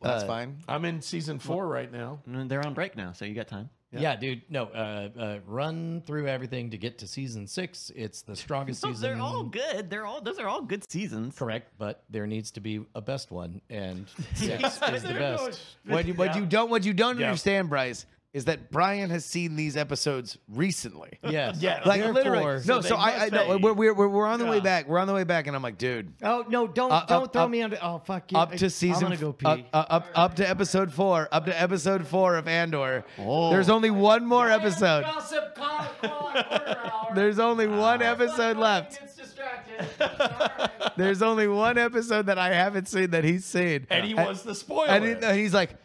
[SPEAKER 3] Well, that's
[SPEAKER 2] Uh,
[SPEAKER 3] fine.
[SPEAKER 5] I'm in season four right now.
[SPEAKER 1] Mm, They're on break now, so you got time.
[SPEAKER 2] Yeah, dude. No, uh, uh, run through everything to get to season six. It's the strongest
[SPEAKER 1] So (laughs)
[SPEAKER 2] season.
[SPEAKER 1] they're all good. They're all those are all good seasons. (laughs)
[SPEAKER 2] Correct, but there needs to be a best one, and six is the best.
[SPEAKER 3] What you, what you don't what you don't
[SPEAKER 5] Yeah.
[SPEAKER 3] understand, Bryce, is that Brian has seen these episodes recently.
[SPEAKER 2] Yes.
[SPEAKER 5] Yeah,
[SPEAKER 3] Like
[SPEAKER 5] therefore-
[SPEAKER 3] literally, no.
[SPEAKER 5] they
[SPEAKER 3] So I, I
[SPEAKER 5] must
[SPEAKER 3] no,
[SPEAKER 5] be-
[SPEAKER 3] we're, we're we're we're on the way
[SPEAKER 5] Yeah.
[SPEAKER 3] back. We're on the way back, and I'm like, dude,
[SPEAKER 2] Oh no! Don't
[SPEAKER 3] Uh,
[SPEAKER 2] don't
[SPEAKER 3] up-
[SPEAKER 2] throw
[SPEAKER 3] up-
[SPEAKER 2] me under. Oh fuck you!
[SPEAKER 3] up to season
[SPEAKER 2] I'm gonna go pee.
[SPEAKER 3] Up, uh, up, up to episode four up to episode four of andor
[SPEAKER 1] Oh.
[SPEAKER 3] there's only one more episode
[SPEAKER 2] Gossip Colin
[SPEAKER 6] (laughs)
[SPEAKER 3] there's only
[SPEAKER 6] Oh,
[SPEAKER 3] one episode left
[SPEAKER 2] gets
[SPEAKER 6] (laughs)
[SPEAKER 2] distracted.
[SPEAKER 3] there's only one episode that i haven't seen that he's seen
[SPEAKER 5] And he was the spoiler.
[SPEAKER 3] and, he- and he's like (sighs)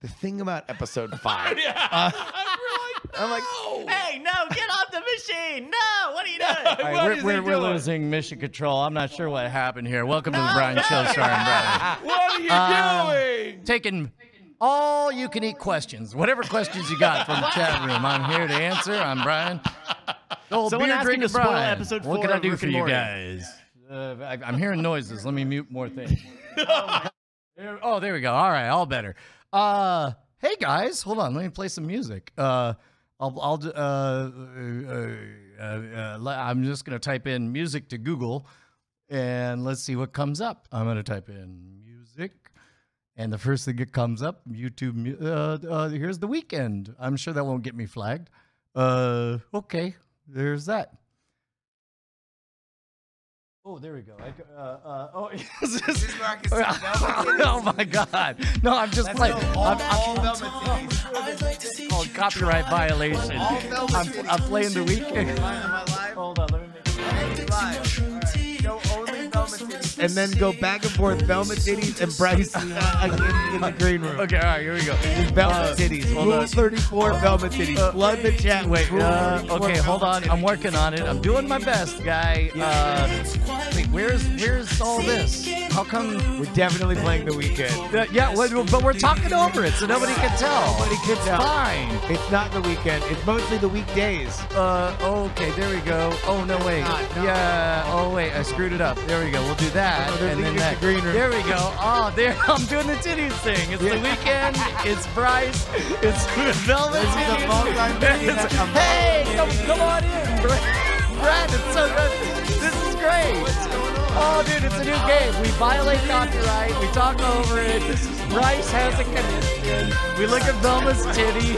[SPEAKER 3] the thing about
[SPEAKER 6] (laughs)
[SPEAKER 3] episode five
[SPEAKER 5] (laughs)
[SPEAKER 3] i'm like
[SPEAKER 1] Hey, no, get off the machine! No, what are you doing?
[SPEAKER 6] All right, we're, we're, we're losing mission control. I'm not sure what happened here. Welcome to the Brian Show, starring Brian.
[SPEAKER 5] what are you doing?
[SPEAKER 6] Taking all you can eat questions, whatever questions you got from the chat room. I'm here to answer. I'm Brian. The old
[SPEAKER 1] Someone
[SPEAKER 6] beer
[SPEAKER 1] asked me to
[SPEAKER 6] drinking
[SPEAKER 1] spoil
[SPEAKER 6] Brian.
[SPEAKER 1] episode
[SPEAKER 6] what
[SPEAKER 1] four
[SPEAKER 6] can I
[SPEAKER 1] of
[SPEAKER 6] do
[SPEAKER 1] Rick
[SPEAKER 6] for
[SPEAKER 1] and
[SPEAKER 6] you
[SPEAKER 1] Morty.
[SPEAKER 6] guys? Uh, I, I'm hearing noises. Let me mute more things.
[SPEAKER 1] (laughs)
[SPEAKER 6] There- oh, there we go. All right, all better. Uh, hey guys, hold on. Let me play some music. Uh, I'll, I'll, d- uh, uh, uh, uh, le- I'm just gonna type in music to Google, and let's see what comes up. I'm gonna type in music, and the first thing that comes up, YouTube. mu- Uh, uh, here's the weekend. I'm sure that won't get me flagged. Uh, okay, there's that. Oh, there we go. I, go- uh, uh, oh, (laughs) this is (laughs) oh my God! No, I'm just playing. I'm, I'm, oh, copyright violation. I'm, I'm playing the weekend.
[SPEAKER 3] and then go back and forth velma titties and bryce (laughs) uh, in, in the green room
[SPEAKER 6] Okay, all right, here we go.
[SPEAKER 3] velma
[SPEAKER 6] Uh,
[SPEAKER 3] titties Uh, rule 34 velma titties flood the chat
[SPEAKER 6] Wait,
[SPEAKER 3] Rule
[SPEAKER 6] uh,
[SPEAKER 3] 34
[SPEAKER 6] okay, hold
[SPEAKER 3] Velma
[SPEAKER 6] on. I'm working on it. I'm doing my best, guy. Uh, wait, where's where's all this? How come?
[SPEAKER 3] We're definitely playing the weekend.
[SPEAKER 6] Uh, yeah, we- but we're talking over it, so nobody can tell.
[SPEAKER 3] Nobody can tell.
[SPEAKER 6] Fine.
[SPEAKER 3] It's not the weekend. It's mostly the weekdays.
[SPEAKER 6] Uh, okay, there we go. Oh, no, wait.
[SPEAKER 3] not, no.
[SPEAKER 6] Yeah, oh, wait, I screwed it up. There we go. we'll do that.
[SPEAKER 3] there's
[SPEAKER 6] and
[SPEAKER 3] the- there's
[SPEAKER 6] then
[SPEAKER 3] the
[SPEAKER 6] that.
[SPEAKER 3] green room.
[SPEAKER 6] There we go. Oh, there (laughs) I'm doing the titties thing. It's the weekend. It's Bryce. It's Velvet.
[SPEAKER 3] This is a
[SPEAKER 6] Titties.
[SPEAKER 3] multi-media
[SPEAKER 6] It's-
[SPEAKER 3] event.
[SPEAKER 6] Hey, come, come on in, Brad. Brad, it's so good. This is great. Oh, dude, it's a new game. We violate copyright. We talk over it. Bryce has a connection. We look at Velma's titties.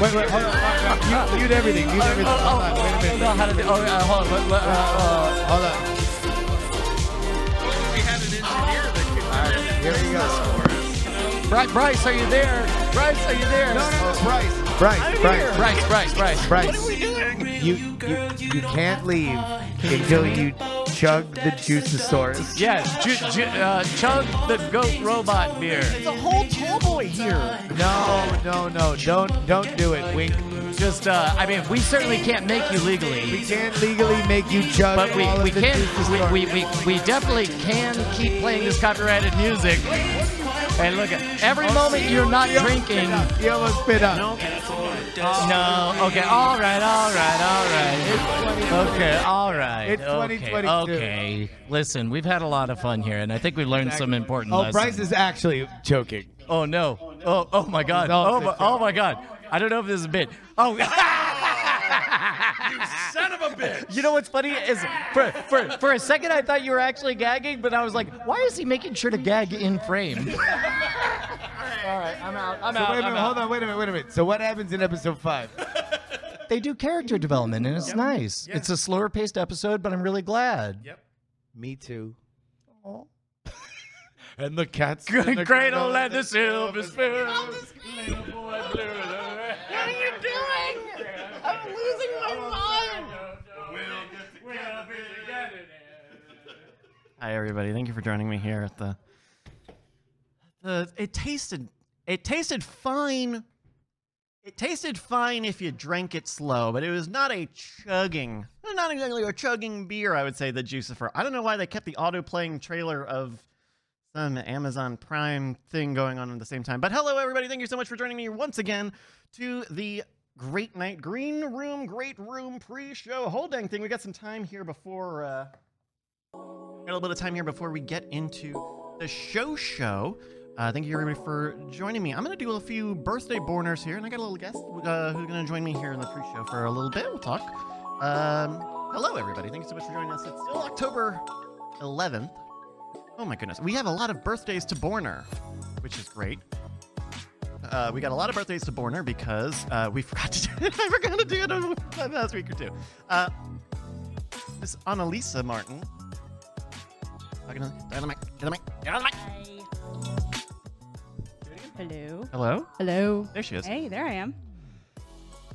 [SPEAKER 3] Wait, wait, hold on. hold on. Mute, mute everything. Mute
[SPEAKER 6] Oh,
[SPEAKER 3] everything.
[SPEAKER 6] oh,
[SPEAKER 3] Hold on. Wait
[SPEAKER 6] oh,
[SPEAKER 3] a
[SPEAKER 6] I don't
[SPEAKER 3] minute.
[SPEAKER 6] know how to do. Oh, uh, hold on. Let- let- uh, uh,
[SPEAKER 3] Hold on. Here we go.
[SPEAKER 6] Bri- Bryce, are you there? Bryce, are you there? No, no,
[SPEAKER 3] Bryce, Bryce, Bryce,
[SPEAKER 6] Bryce, Bryce, Bryce.
[SPEAKER 3] Bryce. What are we doing? You, you, you can't leave until you chug the juiceosaurus.
[SPEAKER 6] Yes, ju- ju- uh, chug the goat robot beer.
[SPEAKER 1] It's a whole tall boy here.
[SPEAKER 3] No, no, no. Don't, don't do it. Wink.
[SPEAKER 6] Just, uh, I mean, we certainly can't make you legally,
[SPEAKER 3] We can't legally make you chug
[SPEAKER 6] but we,
[SPEAKER 3] all of
[SPEAKER 6] we
[SPEAKER 3] the
[SPEAKER 6] can,
[SPEAKER 3] juiceosaurus.
[SPEAKER 6] we, we, we, we definitely can keep playing this copyrighted music. And look, at every moment you're not drinking.
[SPEAKER 3] You almost spit up.
[SPEAKER 6] No, okay, all right, all right, all right. Okay, all right.
[SPEAKER 3] It's
[SPEAKER 6] okay,
[SPEAKER 3] 2022.
[SPEAKER 6] Okay, listen, we've had a lot of fun here, and I think we learned some important
[SPEAKER 3] Oh,
[SPEAKER 6] lessons.
[SPEAKER 3] Bryce is actually choking.
[SPEAKER 6] Oh no! Oh oh my God!
[SPEAKER 3] all
[SPEAKER 6] Oh
[SPEAKER 3] set
[SPEAKER 6] my,
[SPEAKER 3] up.
[SPEAKER 6] oh my God! I don't know if this is a bit. Oh. (laughs)
[SPEAKER 5] Son of a bitch.
[SPEAKER 6] You know what's funny is for, for for a second I thought you were actually gagging, but I was like, why is he making sure to gag
[SPEAKER 3] (laughs)
[SPEAKER 6] in frame? All right, I'm out. I'm out.
[SPEAKER 3] Wait a
[SPEAKER 6] I'm
[SPEAKER 3] minute.
[SPEAKER 6] out.
[SPEAKER 3] Hold on. Wait a minute. Wait a minute. So what happens in episode five?
[SPEAKER 6] (laughs) They do character development, and it's nice. It's a slower paced episode, but I'm really glad.
[SPEAKER 3] Me too. (laughs) and the cats.
[SPEAKER 6] Cradle and the silver spoon.
[SPEAKER 1] Hi, everybody. Thank you for joining me here at the. The it tasted it tasted fine. It tasted fine if you drank it slow, but it was not a chugging, not exactly a chugging beer. I would say the Juicifer. I don't know why they kept the auto playing trailer of some Amazon Prime thing going on at the same time. But hello, everybody. Thank you so much for joining me once again to the Great Night Green Room, Great Room pre-show whole dang thing. We got some time here before. Uh, Got a little bit of time here before we get into the show show. Uh, thank you everybody for joining me. I'm going to do a few birthday borners here, and I got a little guest uh, who's going to join me here in the pre-show for a little bit. We'll talk. Um, hello everybody. Thank you so much for joining us. It's still October 11th. Oh my goodness, we have a lot of birthdays to borner, which is great. Uh, we got a lot of birthdays to Borner because uh, we (laughs) forgot to do it. I forgot to do it over the last week or two. Uh, this Annalisa Martin Talking to the- dynamite, dynamite, dynamite.
[SPEAKER 7] Hello.
[SPEAKER 1] Hello?
[SPEAKER 7] Hello.
[SPEAKER 1] There she is.
[SPEAKER 7] Hey, there I am.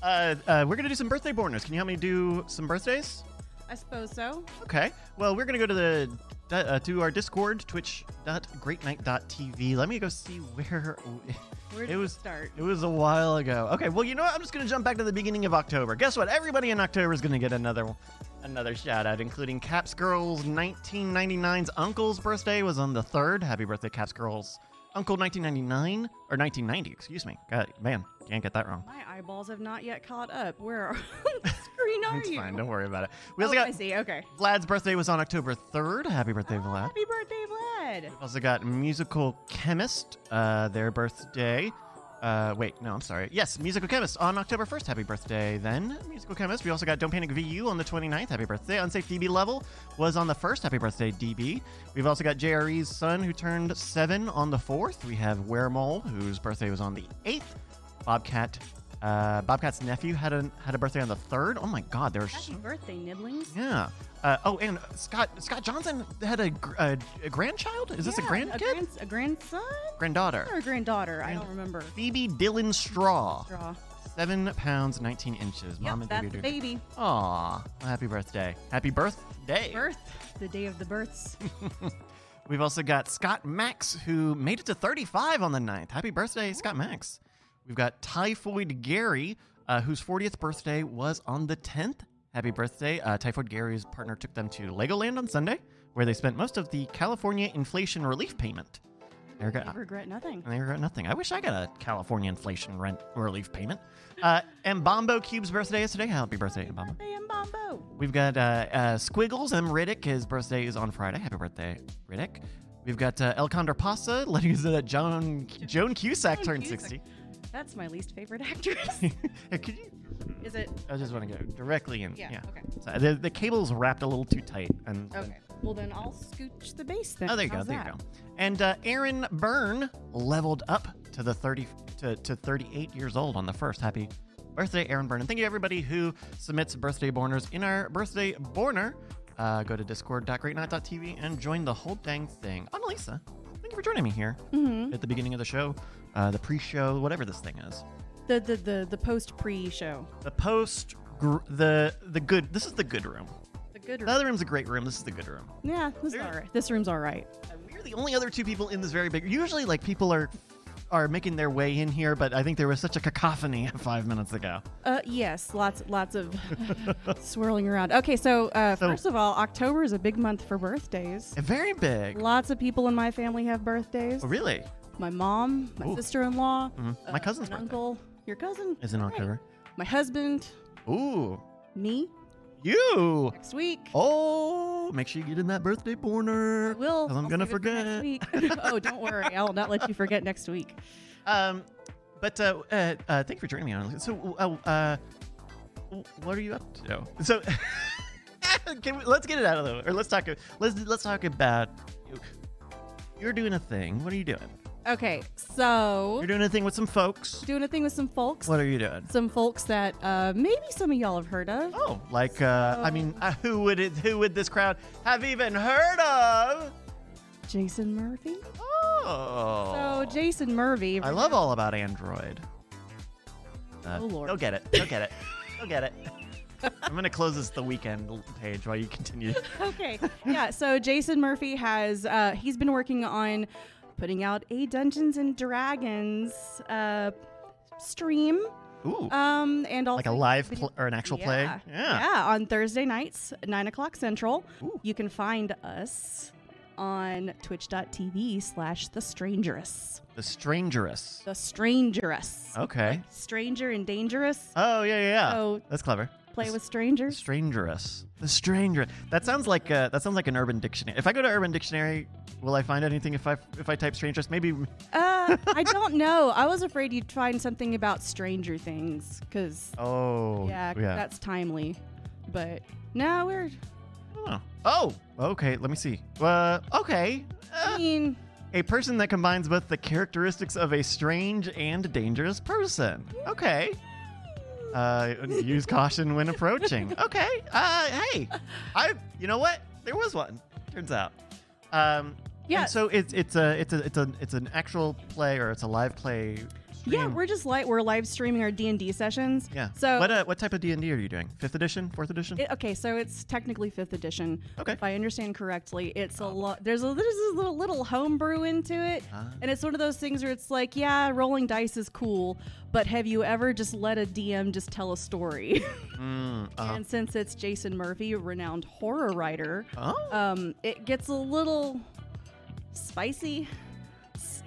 [SPEAKER 1] Uh, uh, we're going to do some birthday borners. Can you help me do some birthdays?
[SPEAKER 7] I suppose so.
[SPEAKER 1] Okay. Well, we're going to go to the uh, to our Discord, twitch.greatnight.tv. Let me go see where (laughs)
[SPEAKER 7] Where
[SPEAKER 1] it
[SPEAKER 7] did we
[SPEAKER 1] was
[SPEAKER 7] start?
[SPEAKER 1] It was a while ago. Okay. Well, you know what? I'm just going to jump back to the beginning of October. Guess what? Everybody in October is going to get another another shout out, including Caps Girls 1999's uncle's birthday was on the third. Happy birthday, Caps Girls. Uncle 1999 or 1990, excuse me. God, man, can't get that wrong.
[SPEAKER 7] My eyeballs have not yet caught up. Where are (laughs) on the screen are
[SPEAKER 1] It's
[SPEAKER 7] you?
[SPEAKER 1] fine. Don't worry about it. We
[SPEAKER 7] Oh,
[SPEAKER 1] also
[SPEAKER 7] I
[SPEAKER 1] got
[SPEAKER 7] see. Okay.
[SPEAKER 1] Vlad's birthday was on October 3rd. Happy birthday, Vlad.
[SPEAKER 7] Happy birthday, Vlad.
[SPEAKER 1] We also got Musical Chemist, uh, their birthday. Uh, wait, no, I'm sorry. Yes, Musical Chemist on October 1st. Happy birthday, then. Musical Chemist. We also got Don't Panic VU on the 29th. Happy birthday. Unsafe DB Level was on the 1st. Happy birthday, DB. We've also got JRE's son, who turned 7 on the 4th. We have Weremole, whose birthday was on the 8th. Bobcat. Uh, Bobcat's nephew had a, had a birthday on the 3rd. Oh my god, there's
[SPEAKER 7] Happy birthday, Nibblings.
[SPEAKER 1] yeah. Uh, oh, and Scott Scott Johnson had a, gr- a, a grandchild. Is this a
[SPEAKER 7] Yeah,
[SPEAKER 1] grandkid?
[SPEAKER 7] A, grands- a grandson?
[SPEAKER 1] Granddaughter.
[SPEAKER 7] Or a granddaughter? I don't remember.
[SPEAKER 1] Phoebe Dylan Straw,
[SPEAKER 7] Draw.
[SPEAKER 1] seven pounds nineteen inches. Mom
[SPEAKER 7] yep,
[SPEAKER 1] and
[SPEAKER 7] that's
[SPEAKER 1] baby.
[SPEAKER 7] the
[SPEAKER 1] doing-
[SPEAKER 7] baby.
[SPEAKER 1] Aw, happy birthday! Happy birthday!
[SPEAKER 7] Birth. The day of
[SPEAKER 1] (laughs)
[SPEAKER 7] the births.
[SPEAKER 1] We've also got Scott Max, who made it to 35 on the 9th. Happy birthday, Scott Max. We've got Typhoid Gary, uh, whose 40th birthday was on the 10th. Happy birthday. Uh, Typhoid Gary's partner took them to Legoland on Sunday, where they spent most of the California inflation relief payment. There you go.
[SPEAKER 7] I regret nothing.
[SPEAKER 1] And they regret nothing. I wish I got a California inflation rent relief payment. Uh, and Bombo Cube's birthday is today. Happy birthday, Bombo.
[SPEAKER 7] Hey, I'm Bombo.
[SPEAKER 1] We've got uh, uh, Squiggles and Riddick. His birthday is on Friday. Happy birthday, Riddick. We've got uh, El Condor Pasa, (laughs) letting us know that Joan, Joan Cusack
[SPEAKER 7] Joan
[SPEAKER 1] turned
[SPEAKER 7] Cusack.
[SPEAKER 1] 60.
[SPEAKER 7] That's my least favorite (laughs) actress.
[SPEAKER 1] (laughs) Hey, Could you?
[SPEAKER 7] Is it?
[SPEAKER 1] I just want to go directly in. Yeah.
[SPEAKER 7] Yeah, okay.
[SPEAKER 1] So the, the cable's wrapped a little too tight. And,
[SPEAKER 7] Okay. Well, then I'll scooch the base then.
[SPEAKER 1] Oh, there you
[SPEAKER 7] How's
[SPEAKER 1] go. There
[SPEAKER 7] that?
[SPEAKER 1] you go. And uh, Aaron Byrne leveled up to the 30 to, to 38 years old on the first. Happy birthday, Aaron Byrne. And thank you, everybody who submits birthday borners in our birthday borner. Uh, go to discord.greatnight.tv and join the whole dang thing. Annalisa, thank you for joining me here
[SPEAKER 7] Mm-hmm.
[SPEAKER 1] at the beginning of the show, uh, the pre show, whatever this thing is.
[SPEAKER 7] The the the, the post pre show.
[SPEAKER 1] The post, gr- the the good, this is the good room.
[SPEAKER 7] The good.
[SPEAKER 1] The other room's a great room. This is the good room.
[SPEAKER 7] yeah, this is all right. This room's all right.
[SPEAKER 1] We're the only other two people in this very big. Usually, like people are are making their way in here, but I think there was such a cacophony (laughs) five minutes ago.
[SPEAKER 7] Uh, yes, lots lots of (laughs) swirling around. Okay, so, uh,
[SPEAKER 1] So-
[SPEAKER 7] first of all, October is a big month for birthdays.
[SPEAKER 1] Very big.
[SPEAKER 7] Lots of people in my family have birthdays.
[SPEAKER 1] Oh, really? Mm-hmm.
[SPEAKER 7] My mom, my sister-in-law, uh,
[SPEAKER 1] My cousin's
[SPEAKER 7] an
[SPEAKER 1] birthday
[SPEAKER 7] uncle, your cousin
[SPEAKER 1] is in
[SPEAKER 7] All right.
[SPEAKER 1] October.
[SPEAKER 7] My husband,
[SPEAKER 1] Ooh,
[SPEAKER 7] me
[SPEAKER 1] you.
[SPEAKER 7] next week.
[SPEAKER 1] Oh, make sure you get in that birthday
[SPEAKER 7] I
[SPEAKER 1] corner.
[SPEAKER 7] will.
[SPEAKER 1] 'cause I'm
[SPEAKER 7] I'll
[SPEAKER 1] gonna
[SPEAKER 7] save it for
[SPEAKER 1] forget. (laughs)
[SPEAKER 7] next week. (laughs) oh, don't worry. I will not let you forget next week.
[SPEAKER 1] Um, but uh, uh, uh, thank you for joining me on. So, uh, uh, what are you up to? So, (laughs) can we, let's get it out of the way, or let's talk. Let's let's talk about. You're doing a thing. What are you doing?
[SPEAKER 7] Okay, so
[SPEAKER 1] You're doing a thing with some folks.
[SPEAKER 7] doing a thing with some folks.
[SPEAKER 1] What are you doing?
[SPEAKER 7] Some folks that uh, maybe some of y'all have heard of.
[SPEAKER 1] Oh, like uh, I mean, uh, who would it? Who would this crowd have even heard of?
[SPEAKER 7] Jason Murphy.
[SPEAKER 1] Oh,
[SPEAKER 7] So Jason Murphy.
[SPEAKER 1] I love all about Android. Uh,
[SPEAKER 7] Oh, Lord.
[SPEAKER 1] Go get it. Go get it. Go get it. I'm gonna close this the weekend page while you
[SPEAKER 7] (laughs)
[SPEAKER 1] continue. (laughs)
[SPEAKER 7] okay. Yeah. So Jason Murphy has uh, he's been working on putting out a Dungeons and Dragons uh, stream.
[SPEAKER 1] Ooh,
[SPEAKER 7] Um, and also
[SPEAKER 1] like a live pl- or an actual play.
[SPEAKER 7] Yeah.
[SPEAKER 1] Yeah.
[SPEAKER 7] on Thursday nights, nine o'clock central.
[SPEAKER 1] Ooh.
[SPEAKER 7] You can find us on twitch.tv slash the strangerous.
[SPEAKER 1] The Strangerous.
[SPEAKER 7] The
[SPEAKER 1] Oh.
[SPEAKER 7] strangerous.
[SPEAKER 1] Okay.
[SPEAKER 7] Stranger and dangerous.
[SPEAKER 1] Oh yeah, yeah. yeah.
[SPEAKER 7] So-
[SPEAKER 1] That's clever.
[SPEAKER 7] Play with strangers.
[SPEAKER 1] Strangerous. The stranger. That sounds like uh that sounds like an Urban Dictionary. If I go to Urban Dictionary, will I find anything? If I if I type strangerous, maybe.
[SPEAKER 7] Uh,
[SPEAKER 1] (laughs)
[SPEAKER 7] I don't know. I was afraid you'd find something about Stranger Things because
[SPEAKER 1] Oh.
[SPEAKER 7] yeah, that's timely. But no, we're.
[SPEAKER 1] Oh. Oh, Okay. Let me see. Uh. Okay.
[SPEAKER 7] I mean,
[SPEAKER 1] A person that combines both the characteristics of a strange and dangerous person. Okay. Uh, use caution when
[SPEAKER 7] (laughs)
[SPEAKER 1] approaching. Okay. Uh, hey, I. You know what? There was one. Turns out. Um,
[SPEAKER 7] Yeah.
[SPEAKER 1] And so it's it's a it's a it's a it's an actual play or it's a live play.
[SPEAKER 7] yeah,
[SPEAKER 1] stream.
[SPEAKER 7] we're just like we're live streaming our D and D sessions.
[SPEAKER 1] Yeah.
[SPEAKER 7] So
[SPEAKER 1] what uh, what type of D and D are you doing? Fifth edition, fourth edition?
[SPEAKER 7] It, okay, so it's technically fifth edition.
[SPEAKER 1] Okay. Oh.
[SPEAKER 7] If I understand correctly, it's a lot. There's a there's a little, little homebrew into it,
[SPEAKER 1] Ah.
[SPEAKER 7] and it's one of those things where it's like, yeah, rolling dice is cool, but have you ever just let a DM just tell a story?
[SPEAKER 1] Mm,
[SPEAKER 7] And since it's Jason Murphy, a renowned horror writer,
[SPEAKER 1] uh-huh. oh.
[SPEAKER 7] um, it gets a little spicy,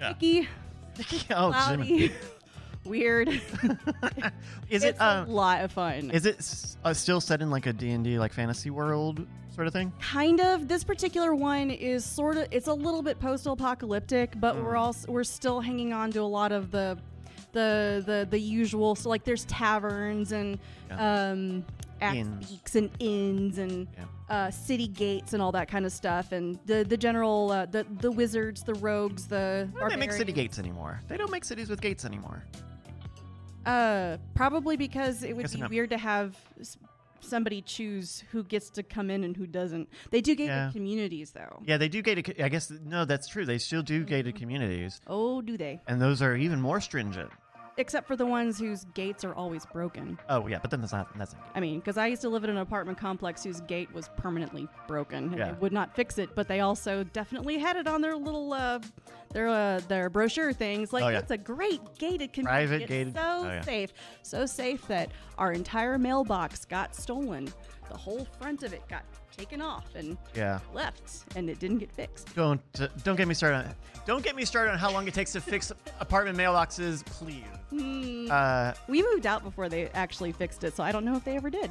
[SPEAKER 1] Yeah.
[SPEAKER 7] sticky,
[SPEAKER 1] (laughs) oh, Jimmy.
[SPEAKER 7] cloudy, (laughs) weird.
[SPEAKER 1] (laughs) Is it
[SPEAKER 7] it's a
[SPEAKER 1] um?
[SPEAKER 7] lot of fun.
[SPEAKER 1] Is it s- uh, still set in like a D and D like fantasy world sort of thing?
[SPEAKER 7] kind of this particular one is sort of it's a little bit post-apocalyptic but
[SPEAKER 1] Mm.
[SPEAKER 7] we're also we're still hanging on to a lot of the the the the usual so like there's taverns and um axe
[SPEAKER 1] Inns.
[SPEAKER 7] beaks and inns and
[SPEAKER 1] Yeah.
[SPEAKER 7] uh, city gates and all that kind of stuff and the the general uh, the the wizards the rogues the
[SPEAKER 1] Why don't they make city
[SPEAKER 7] barbarians.
[SPEAKER 1] gates anymore? They don't make cities with gates anymore.
[SPEAKER 7] Uh, probably because it would
[SPEAKER 1] Guessing
[SPEAKER 7] be
[SPEAKER 1] up.
[SPEAKER 7] weird to have s- somebody choose who gets to come in and who doesn't. They do get
[SPEAKER 1] Yeah.
[SPEAKER 7] communities though.
[SPEAKER 1] Yeah, they do gated. co- I guess no, that's true. They still do
[SPEAKER 7] Mm-hmm.
[SPEAKER 1] gated communities,
[SPEAKER 7] Oh, do they?
[SPEAKER 1] and those are even more stringent.
[SPEAKER 7] Except for the ones whose gates are always broken.
[SPEAKER 1] Oh yeah, but then that's not that's not.
[SPEAKER 7] I mean, because I used to live in an apartment complex whose gate was permanently broken. and
[SPEAKER 1] Yeah.
[SPEAKER 7] They would not fix it, but they also definitely had it on their little uh, their uh, their brochure things. Like
[SPEAKER 1] Oh, yeah.
[SPEAKER 7] it's a great gated community.
[SPEAKER 1] Private
[SPEAKER 7] It's
[SPEAKER 1] gated-
[SPEAKER 7] So
[SPEAKER 1] oh, yeah.
[SPEAKER 7] safe, so safe that our entire mailbox got stolen. The whole front of it got taken off and
[SPEAKER 1] Yeah.
[SPEAKER 7] left, and it didn't get fixed.
[SPEAKER 1] Don't uh, don't get me started on don't get me started on how long it takes to fix (laughs) apartment mailboxes, please. Uh,
[SPEAKER 7] We moved out before they actually fixed it, so I don't know if they ever did.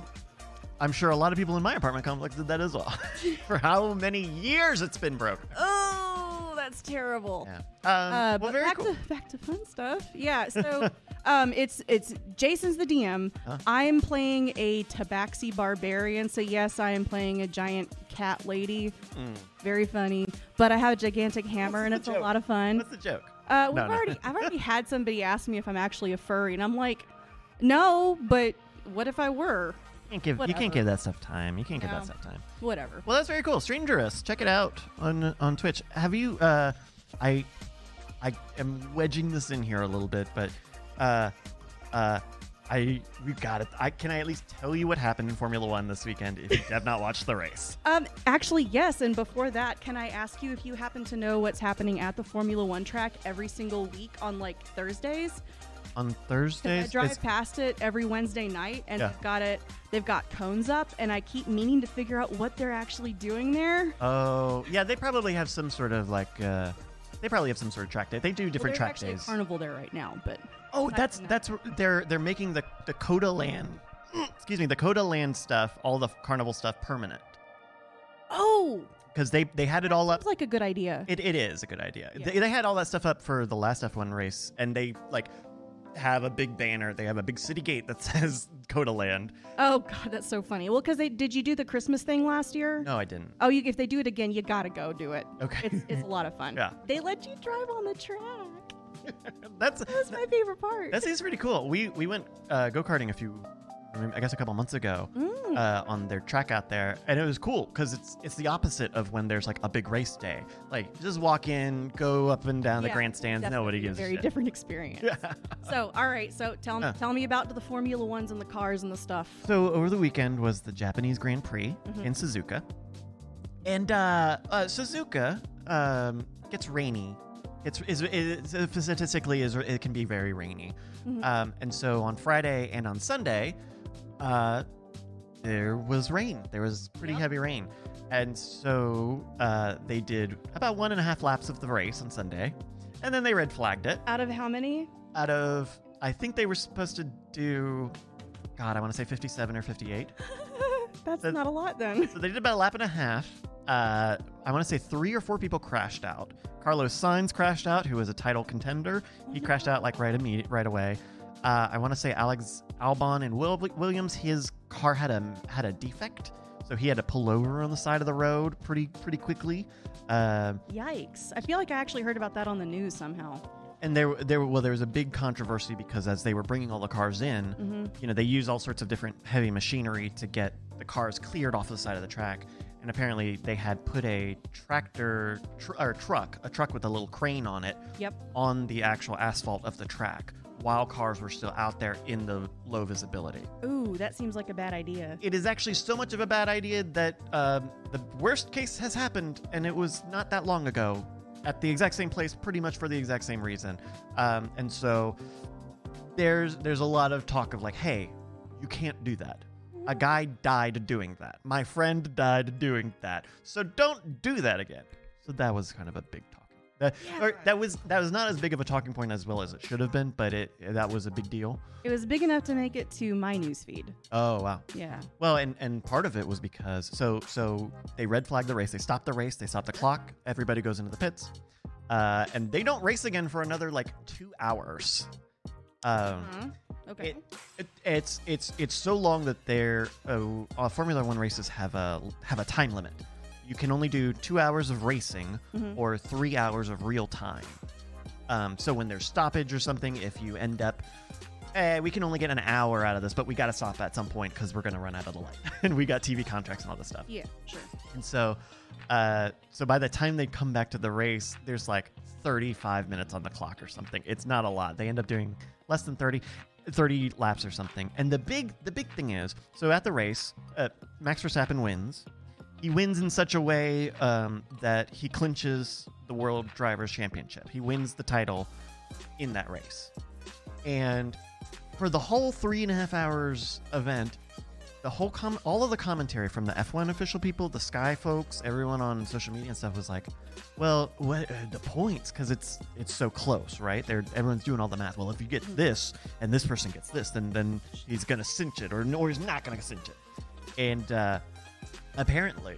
[SPEAKER 1] I'm sure a lot of people in my apartment complex did that as well. (laughs) For how many years it's been broken?
[SPEAKER 7] Oh, that's terrible.
[SPEAKER 1] Yeah. Um,
[SPEAKER 7] Uh,
[SPEAKER 1] well,
[SPEAKER 7] but
[SPEAKER 1] very
[SPEAKER 7] back
[SPEAKER 1] cool.
[SPEAKER 7] to back to fun
[SPEAKER 1] (laughs)
[SPEAKER 7] stuff. Yeah. So, um, it's it's Jason's the DM. I'm playing a Tabaxi barbarian. So yes, I am playing a giant cat lady.
[SPEAKER 1] Mm.
[SPEAKER 7] Very funny. But I have a gigantic hammer, and it's a lot of fun.
[SPEAKER 1] What's the joke?
[SPEAKER 7] Uh, we've
[SPEAKER 1] No, no.
[SPEAKER 7] already
[SPEAKER 1] (laughs)
[SPEAKER 7] I've already had somebody ask me if I'm actually a furry, and I'm like, no, but what if I were?
[SPEAKER 1] Can't give, you
[SPEAKER 7] Whatever.
[SPEAKER 1] can't give that stuff time. You can't give that
[SPEAKER 7] No.
[SPEAKER 1] stuff time.
[SPEAKER 7] Whatever.
[SPEAKER 1] Well, that's very cool. Strangerist, check it out on on Twitch. Have you? Uh, I I am wedging this in here a little bit, but uh, uh, I we've got it. I can I at least tell you what happened in Formula One this weekend if you have not watched the race.
[SPEAKER 7] Um, actually, yes. And before that, can I ask you if you happen to know what's happening at the Formula One track every single week on like Thursdays?
[SPEAKER 1] On
[SPEAKER 7] 'Cause I
[SPEAKER 1] Thursday,
[SPEAKER 7] drive past it every Wednesday night, and
[SPEAKER 1] Yeah.
[SPEAKER 7] they've got it. They've got cones up, and I keep meaning to figure out what they're actually doing there.
[SPEAKER 1] oh yeah, they probably have some sort of like. Uh, they probably have some sort of track day. They do
[SPEAKER 7] Well,
[SPEAKER 1] different
[SPEAKER 7] there's
[SPEAKER 1] track
[SPEAKER 7] actually
[SPEAKER 1] days.
[SPEAKER 7] a carnival there right now, but
[SPEAKER 1] Oh, that's
[SPEAKER 7] no.
[SPEAKER 1] that's they're they're making the Dakota land, (clears throat) excuse me, Dakota land stuff, all the carnival stuff permanent
[SPEAKER 7] oh,
[SPEAKER 1] because they they had it all up.
[SPEAKER 7] that's like a good idea.
[SPEAKER 1] It, it is a good idea.
[SPEAKER 7] Yeah.
[SPEAKER 1] They, they had all that stuff up for the last F1 race, and they like have a big banner. They have a big city gate that (laughs) says Dakota land.
[SPEAKER 7] oh God, that's so funny. Well, because they did you do the Christmas thing last year?
[SPEAKER 1] No, I didn't.
[SPEAKER 7] Oh, you, if they do it again, you gotta go do it.
[SPEAKER 1] Okay.
[SPEAKER 7] Oh, It's, it's a lot of fun.
[SPEAKER 1] Yeah.
[SPEAKER 7] They let you drive on the track.
[SPEAKER 1] (laughs) That's
[SPEAKER 7] That's my favorite part.
[SPEAKER 1] that seems pretty cool. We we went uh, go karting a few, I mean, I guess a couple months ago
[SPEAKER 7] Mm.
[SPEAKER 1] uh, on their track out there, and it was cool because it's it's the opposite of when there's like a big race day. Like just walk in, go up and down the
[SPEAKER 7] Yeah,
[SPEAKER 1] grandstands. Nobody
[SPEAKER 7] definitely
[SPEAKER 1] gives
[SPEAKER 7] a
[SPEAKER 1] a
[SPEAKER 7] very
[SPEAKER 1] shit.
[SPEAKER 7] different experience. (laughs) so, all right. So, tell
[SPEAKER 1] Huh.
[SPEAKER 7] tell me about the Formula Ones and the cars and the stuff.
[SPEAKER 1] So over the weekend was the Japanese Grand Prix in Suzuka, and uh, uh, Suzuka um, gets rainy. It's, is it's statistically is it can be very rainy, um, and so on Friday and on Sunday, uh, there was rain. There was pretty heavy rain, and so uh, they did about one and a half laps of the race on Sunday, and then they red flagged it
[SPEAKER 7] Out of how
[SPEAKER 1] (laughs)
[SPEAKER 7] many?
[SPEAKER 1] out of I think they were supposed to do God, I want to say 57 or 58.
[SPEAKER 7] That's
[SPEAKER 1] That-
[SPEAKER 7] not a lot
[SPEAKER 1] (laughs)
[SPEAKER 7] then. (laughs)
[SPEAKER 1] So they did about a lap and a half. Uh, I want to say three or four people crashed out. Carlos Sainz crashed out, who was a title contender. He crashed out like right immediate, right away. Uh, I want to say Alex Albon and Will Williams. His car had a had a defect, so he had to pull over on the side of the road pretty pretty quickly. Um,
[SPEAKER 7] Yikes! I feel like I actually heard about that on the news somehow.
[SPEAKER 1] and there there well there was a big controversy because as they were bringing all the cars in you know they use all sorts of different heavy machinery to get the cars cleared off the side of the track and apparently they had put a tractor tr- or truck a truck with a little crane on it
[SPEAKER 7] Yep.
[SPEAKER 1] on the actual asphalt of the track while cars were still out there in the low visibility
[SPEAKER 7] Ooh, that seems like a bad idea.
[SPEAKER 1] it is actually so much of a bad idea that um, the worst case has happened, and it was not that long ago, at the exact same place, pretty much for the exact same reason. Um, and so there's there's a lot of talk of like, hey, you can't do that. A guy died doing that. My friend died doing that. So don't do that again. So that was kind of a big talk. That, or that was that was not as big of a talking point as well as it should have been, but it that was a big deal.
[SPEAKER 7] It was big enough to make it to my newsfeed.
[SPEAKER 1] Oh wow.
[SPEAKER 7] Yeah.
[SPEAKER 1] Well, and and part of it was because so so they red flag the race. They stop the race. They stop the clock. Everybody goes into the pits, uh, and they don't race again for another like two hours. Um,
[SPEAKER 7] Huh? Okay.
[SPEAKER 1] it, it, it's it's it's so long that their uh, uh, Formula One races have a have a time limit. You can only do two hours of racing or three hours of real time. Um, so when there's stoppage or something, if you end up, eh, we can only get an hour out of this, but we got to stop at some point because we're gonna run out of the light, (laughs) and we got TV contracts and all this stuff.
[SPEAKER 7] yeah. Sure.
[SPEAKER 1] And so, uh, so by the time they come back to the race, there's like 35 minutes on the clock or something. It's not a lot. They end up doing less than 30, 30 laps or something. And the big, the big thing is, so at the race, uh, Max Verstappen wins. He wins in such a way um, that he clinches the World Drivers Championship. He wins the title in that race. And for the whole three and a half hours event, the whole com- all of the commentary from the F1 official people, the Sky folks, everyone on social media and stuff was like, "Well, what uh, the points? Because it's it's so close, right? They're everyone's doing all the math. Well, if you get this and this person gets this, then then he's gonna cinch it, or or he's not gonna cinch it." And uh, apparently,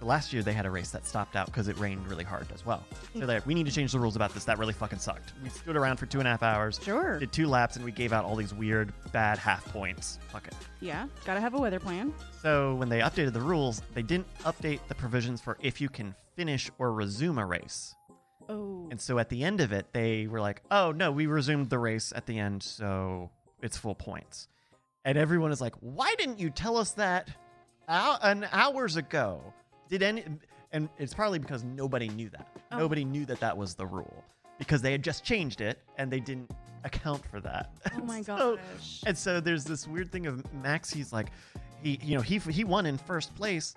[SPEAKER 1] last year they had a race that stopped out because it rained really hard as well. So they're like, we need to change the rules about this. That really fucking sucked. We stood around for two and a half hours,
[SPEAKER 7] Sure.
[SPEAKER 1] did two laps, and we gave out all these weird bad half points. Fuck it.
[SPEAKER 7] Yeah, gotta have a weather plan.
[SPEAKER 1] So when they updated the rules, they didn't update the provisions for if you can finish or resume a race.
[SPEAKER 7] Oh,
[SPEAKER 1] And so at the end of it, they were like, "Oh no, we resumed the race at the end, so it's full points." And everyone is like, "Why didn't you tell us that hou- an hours ago?" Did any? And it's probably because nobody knew that.
[SPEAKER 7] Oh.
[SPEAKER 1] Nobody knew that that was the rule because they had just changed it and they didn't account for that. (laughs)
[SPEAKER 7] oh my
[SPEAKER 1] So-
[SPEAKER 7] gosh.
[SPEAKER 1] and so there's this weird thing of Max. He's like, he you know he he won in first place,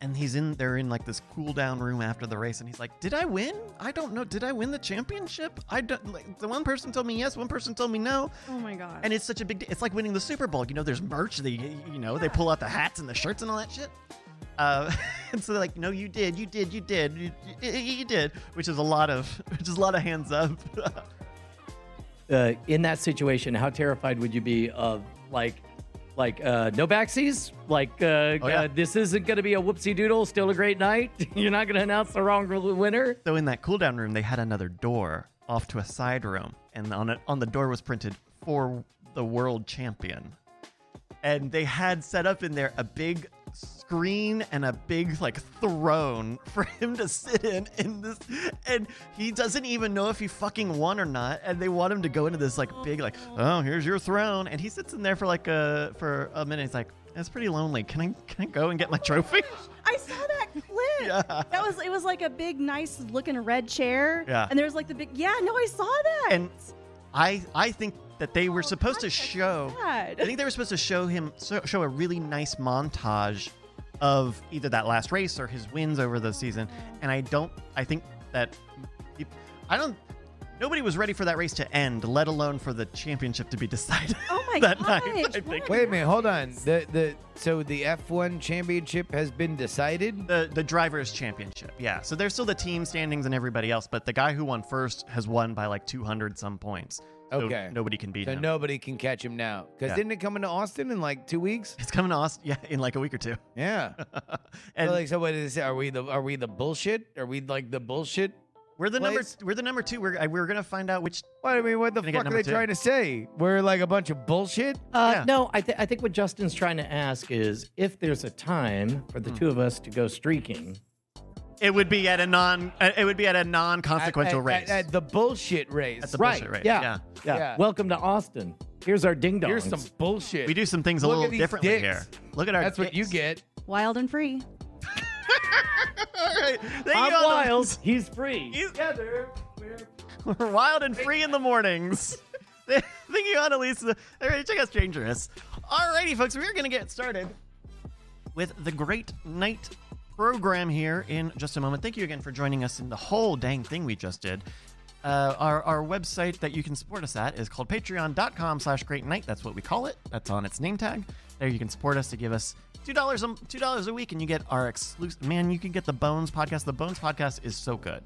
[SPEAKER 1] and he's in they're in like this cool down room after the race, and he's like, did I win? I don't know. Did I win the championship? I don't. Like, the one person told me yes, one person told me no,
[SPEAKER 7] oh my gosh.
[SPEAKER 1] and it's such a big. de- It's like winning the Super Bowl. You know, there's merch. They you know they pull out the hats and the shirts and all that shit. Uh, (laughs) and so they're like, no, you did, you did, you did, you, you, you did, which is a lot of, (laughs) which is a lot of hands up. (laughs)
[SPEAKER 2] uh, in that situation, how terrified would you be of like, like uh, no backsies? Like
[SPEAKER 3] Oh,
[SPEAKER 2] uh,
[SPEAKER 1] yeah.
[SPEAKER 2] uh, this isn't going to be a whoopsie doodle. Still a great
[SPEAKER 6] (laughs)
[SPEAKER 2] night. You're not going to announce the wrong winner.
[SPEAKER 1] So in that cool down room, they had another door off to a side room, and on it, on the door was printed for the world champion. And they had set up in there a big screen and a big like throne (laughs) for him to sit in in this and he doesn't even know if he fucking won or not and they want him to go into this like big like oh here's your throne and he sits in there for like a for a minute he's like it's pretty lonely can i can i go and get my trophy (laughs)
[SPEAKER 7] I saw that clip.
[SPEAKER 1] Yeah.
[SPEAKER 7] That was it was like a big, nice looking red chair.
[SPEAKER 1] Yeah.
[SPEAKER 7] And there was like the big yeah, no, I saw that.
[SPEAKER 1] and I I think that they
[SPEAKER 7] Oh,
[SPEAKER 1] were supposed to
[SPEAKER 7] that's actually
[SPEAKER 1] show.
[SPEAKER 7] sad.
[SPEAKER 1] I think they were supposed to show him so- show a really nice montage of either that last race or his wins over the season.
[SPEAKER 7] Mm-hmm.
[SPEAKER 1] And I don't. I think that peop- I don't. Nobody was ready for that race to end, let alone for the championship to be (laughs) decided.
[SPEAKER 7] Oh my
[SPEAKER 1] that
[SPEAKER 7] gosh.
[SPEAKER 1] night, I
[SPEAKER 7] what
[SPEAKER 1] think.
[SPEAKER 3] Wait
[SPEAKER 7] are
[SPEAKER 3] a
[SPEAKER 7] your
[SPEAKER 3] minute, hold on.
[SPEAKER 7] odds?
[SPEAKER 3] The the so the F1 championship has been decided.
[SPEAKER 1] The, the drivers championship yeah so there's still the team standings and everybody else but the guy who won first has won by like 200 some points So
[SPEAKER 3] Okay.
[SPEAKER 1] nobody can beat
[SPEAKER 3] So
[SPEAKER 1] him
[SPEAKER 3] nobody can catch him now. Because
[SPEAKER 1] Yeah.
[SPEAKER 3] didn't it come into Austin in like two
[SPEAKER 1] (laughs)
[SPEAKER 3] weeks?
[SPEAKER 1] it's coming to austin yeah in like a week or two (laughs)
[SPEAKER 3] Yeah.
[SPEAKER 1] and
[SPEAKER 3] so like, so what is it? Are we the are we the bullshit? Are we like the bullshit?
[SPEAKER 1] We're the number.
[SPEAKER 3] place.
[SPEAKER 1] We're the number two. We're I- we're gonna find out which.
[SPEAKER 3] What I mean, what the
[SPEAKER 1] Gonna get
[SPEAKER 3] fuck are
[SPEAKER 1] number
[SPEAKER 3] they
[SPEAKER 1] two.
[SPEAKER 3] trying to say? We're like a bunch of bullshit.
[SPEAKER 2] Uh,
[SPEAKER 1] Yeah.
[SPEAKER 2] No, I, th- I think what Justin's trying to ask is if there's a time for the two of us to go streaking.
[SPEAKER 1] Hmm. It would be at a non. uh, It would be at a non-consequential
[SPEAKER 3] At- at-
[SPEAKER 1] race.
[SPEAKER 3] At, at the bullshit race.
[SPEAKER 1] At the
[SPEAKER 2] Right,
[SPEAKER 1] bullshit race.
[SPEAKER 2] yeah.
[SPEAKER 3] Yeah.
[SPEAKER 2] Welcome to Austin. Here's our ding dong.
[SPEAKER 3] Here's some bullshit.
[SPEAKER 1] We do some things a
[SPEAKER 3] Look at
[SPEAKER 1] little
[SPEAKER 3] these
[SPEAKER 1] differently
[SPEAKER 3] dicks.
[SPEAKER 1] here. Look at our.
[SPEAKER 3] That's what you
[SPEAKER 1] dicks.
[SPEAKER 3] get.
[SPEAKER 7] Wild and free.
[SPEAKER 1] All right. There you
[SPEAKER 2] I'm
[SPEAKER 1] go.
[SPEAKER 2] wild. He's free.
[SPEAKER 1] He's-
[SPEAKER 2] Together.
[SPEAKER 1] We're wild and free in the mornings. (laughs) Thank you, Annalisa. All right, check out Dangerous. Alrighty, folks, we're going to get started with the Great Night program here in just a moment. Thank you again for joining us in the whole dang thing we just did. Uh, our, our website that you can support us at is called patreon.com slash great night. That's what we call it. That's on its name tag. There you can support us to give us two dollars a two dollars a week and you get our exclusive man, you can get the Bones podcast. The Bones podcast is so good.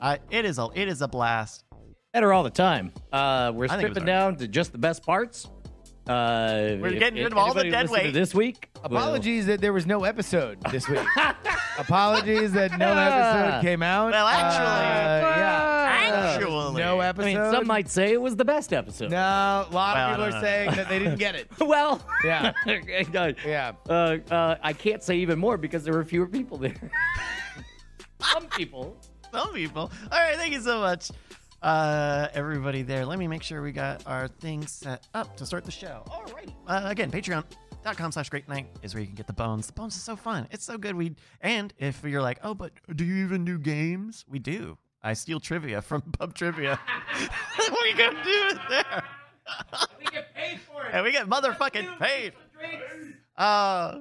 [SPEAKER 1] Uh, it is a it is a blast.
[SPEAKER 2] Better all the time. Uh, we're
[SPEAKER 1] I think it was
[SPEAKER 2] stripping
[SPEAKER 1] all right.
[SPEAKER 2] down to just the best parts. Uh,
[SPEAKER 1] We're
[SPEAKER 2] if-
[SPEAKER 1] getting
[SPEAKER 2] if
[SPEAKER 1] rid of all the
[SPEAKER 2] anybody
[SPEAKER 1] dead
[SPEAKER 2] listened to
[SPEAKER 1] weight.
[SPEAKER 2] This week.
[SPEAKER 3] Apologies that there was no episode
[SPEAKER 1] (laughs)
[SPEAKER 3] this week. Apologies that no episode came out.
[SPEAKER 1] Well, actually-
[SPEAKER 3] Uh, yeah.
[SPEAKER 1] Actually.
[SPEAKER 3] no
[SPEAKER 2] I
[SPEAKER 3] episode.
[SPEAKER 2] mean, some might say it was the best episode.
[SPEAKER 3] No, a lot
[SPEAKER 1] Well,
[SPEAKER 3] of people
[SPEAKER 1] no,
[SPEAKER 3] are
[SPEAKER 1] no, no.
[SPEAKER 3] saying that they didn't
[SPEAKER 1] (laughs)
[SPEAKER 3] get it.
[SPEAKER 2] (laughs) Well, (laughs)
[SPEAKER 3] Yeah.
[SPEAKER 2] no.
[SPEAKER 3] Yeah.
[SPEAKER 2] Uh, uh, I can't say even more because there were fewer people there. (laughs) some people.
[SPEAKER 1] Some people. All right, thank you so much, uh, everybody there. Let me make sure we got our thing set up to start the show. All right. Uh, again, patreon.com slash great night is where you can get the bones. The bones is so fun. It's so good. We And if you're like, oh, but do you even do games? We do. I steal trivia from (laughs) pub trivia. we can do it there.
[SPEAKER 2] We get paid
[SPEAKER 1] (laughs)
[SPEAKER 2] for
[SPEAKER 1] And we get motherfucking paid. Uh,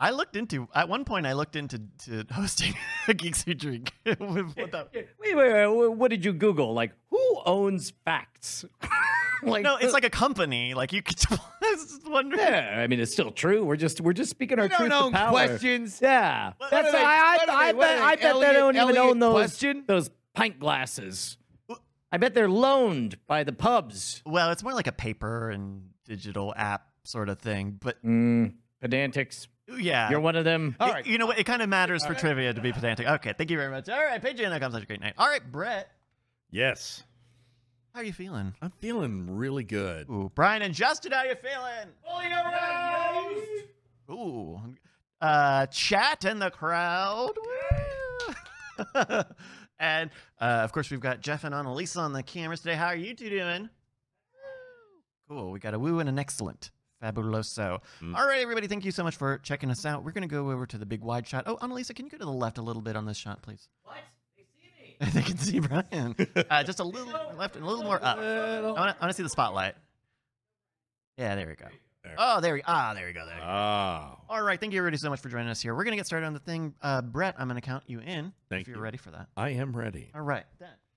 [SPEAKER 1] I looked into at one point. I looked into to (laughs) hosting a Geeks Who Drink. (laughs) with what the-
[SPEAKER 2] Wait, wait, wait, wait, what did you Google? Like, who owns facts? (laughs) like,
[SPEAKER 1] no, it's like a company. Like you could. (laughs) I was just wondering.
[SPEAKER 2] yeah, I mean, it's still true. We're just we're just speaking our
[SPEAKER 3] You
[SPEAKER 2] truth
[SPEAKER 3] don't own
[SPEAKER 2] to power.
[SPEAKER 3] questions.
[SPEAKER 2] Yeah,
[SPEAKER 1] What-
[SPEAKER 2] that's
[SPEAKER 3] what are they-
[SPEAKER 2] I,
[SPEAKER 3] what are
[SPEAKER 2] I, I
[SPEAKER 3] they- what
[SPEAKER 2] bet
[SPEAKER 3] are
[SPEAKER 2] I
[SPEAKER 3] they,
[SPEAKER 2] bet they don't
[SPEAKER 3] Elliot-
[SPEAKER 2] even
[SPEAKER 3] Elliot
[SPEAKER 2] own those
[SPEAKER 3] question?
[SPEAKER 2] those pint glasses. I bet they're loaned by the pubs.
[SPEAKER 1] Well, it's more like a paper and digital app sort of thing. But
[SPEAKER 2] Mm, pedantics.
[SPEAKER 1] yeah,
[SPEAKER 2] You're one of them.
[SPEAKER 1] It- You know what? It kind of matters for trivia to be pedantic. Okay, thank you very much. All right, patreon.com such a great night. All right, Brett,
[SPEAKER 5] Yes.
[SPEAKER 1] how are you feeling?
[SPEAKER 5] I'm feeling really good.
[SPEAKER 1] Ooh, Brian and Justin, how you feeling? Ooh, uh, chat in the crowd. Woo! (laughs) and uh, of course, we've got Jeff and Annalisa on the cameras today. How are you two doing? Cool. We got a woo and an excellent. Fabuloso. All right, everybody, thank you so much for checking us out. We're going to go over to the big wide shot. Oh, Annalisa, can you go to the left a little bit on this shot, please? What? (laughs) They can see Brian. Uh, just a little left and a little more up. I want to see the spotlight. Yeah, there we go. Oh, there we Ah, there we go. There. we go.
[SPEAKER 5] Oh,
[SPEAKER 1] All right, thank you everybody so much for joining us here. We're gonna get started on the thing. Uh, Brett, I'm gonna count you in
[SPEAKER 5] Thank
[SPEAKER 1] if you're
[SPEAKER 5] you.
[SPEAKER 1] ready for that.
[SPEAKER 5] I am ready.
[SPEAKER 1] All right. Then.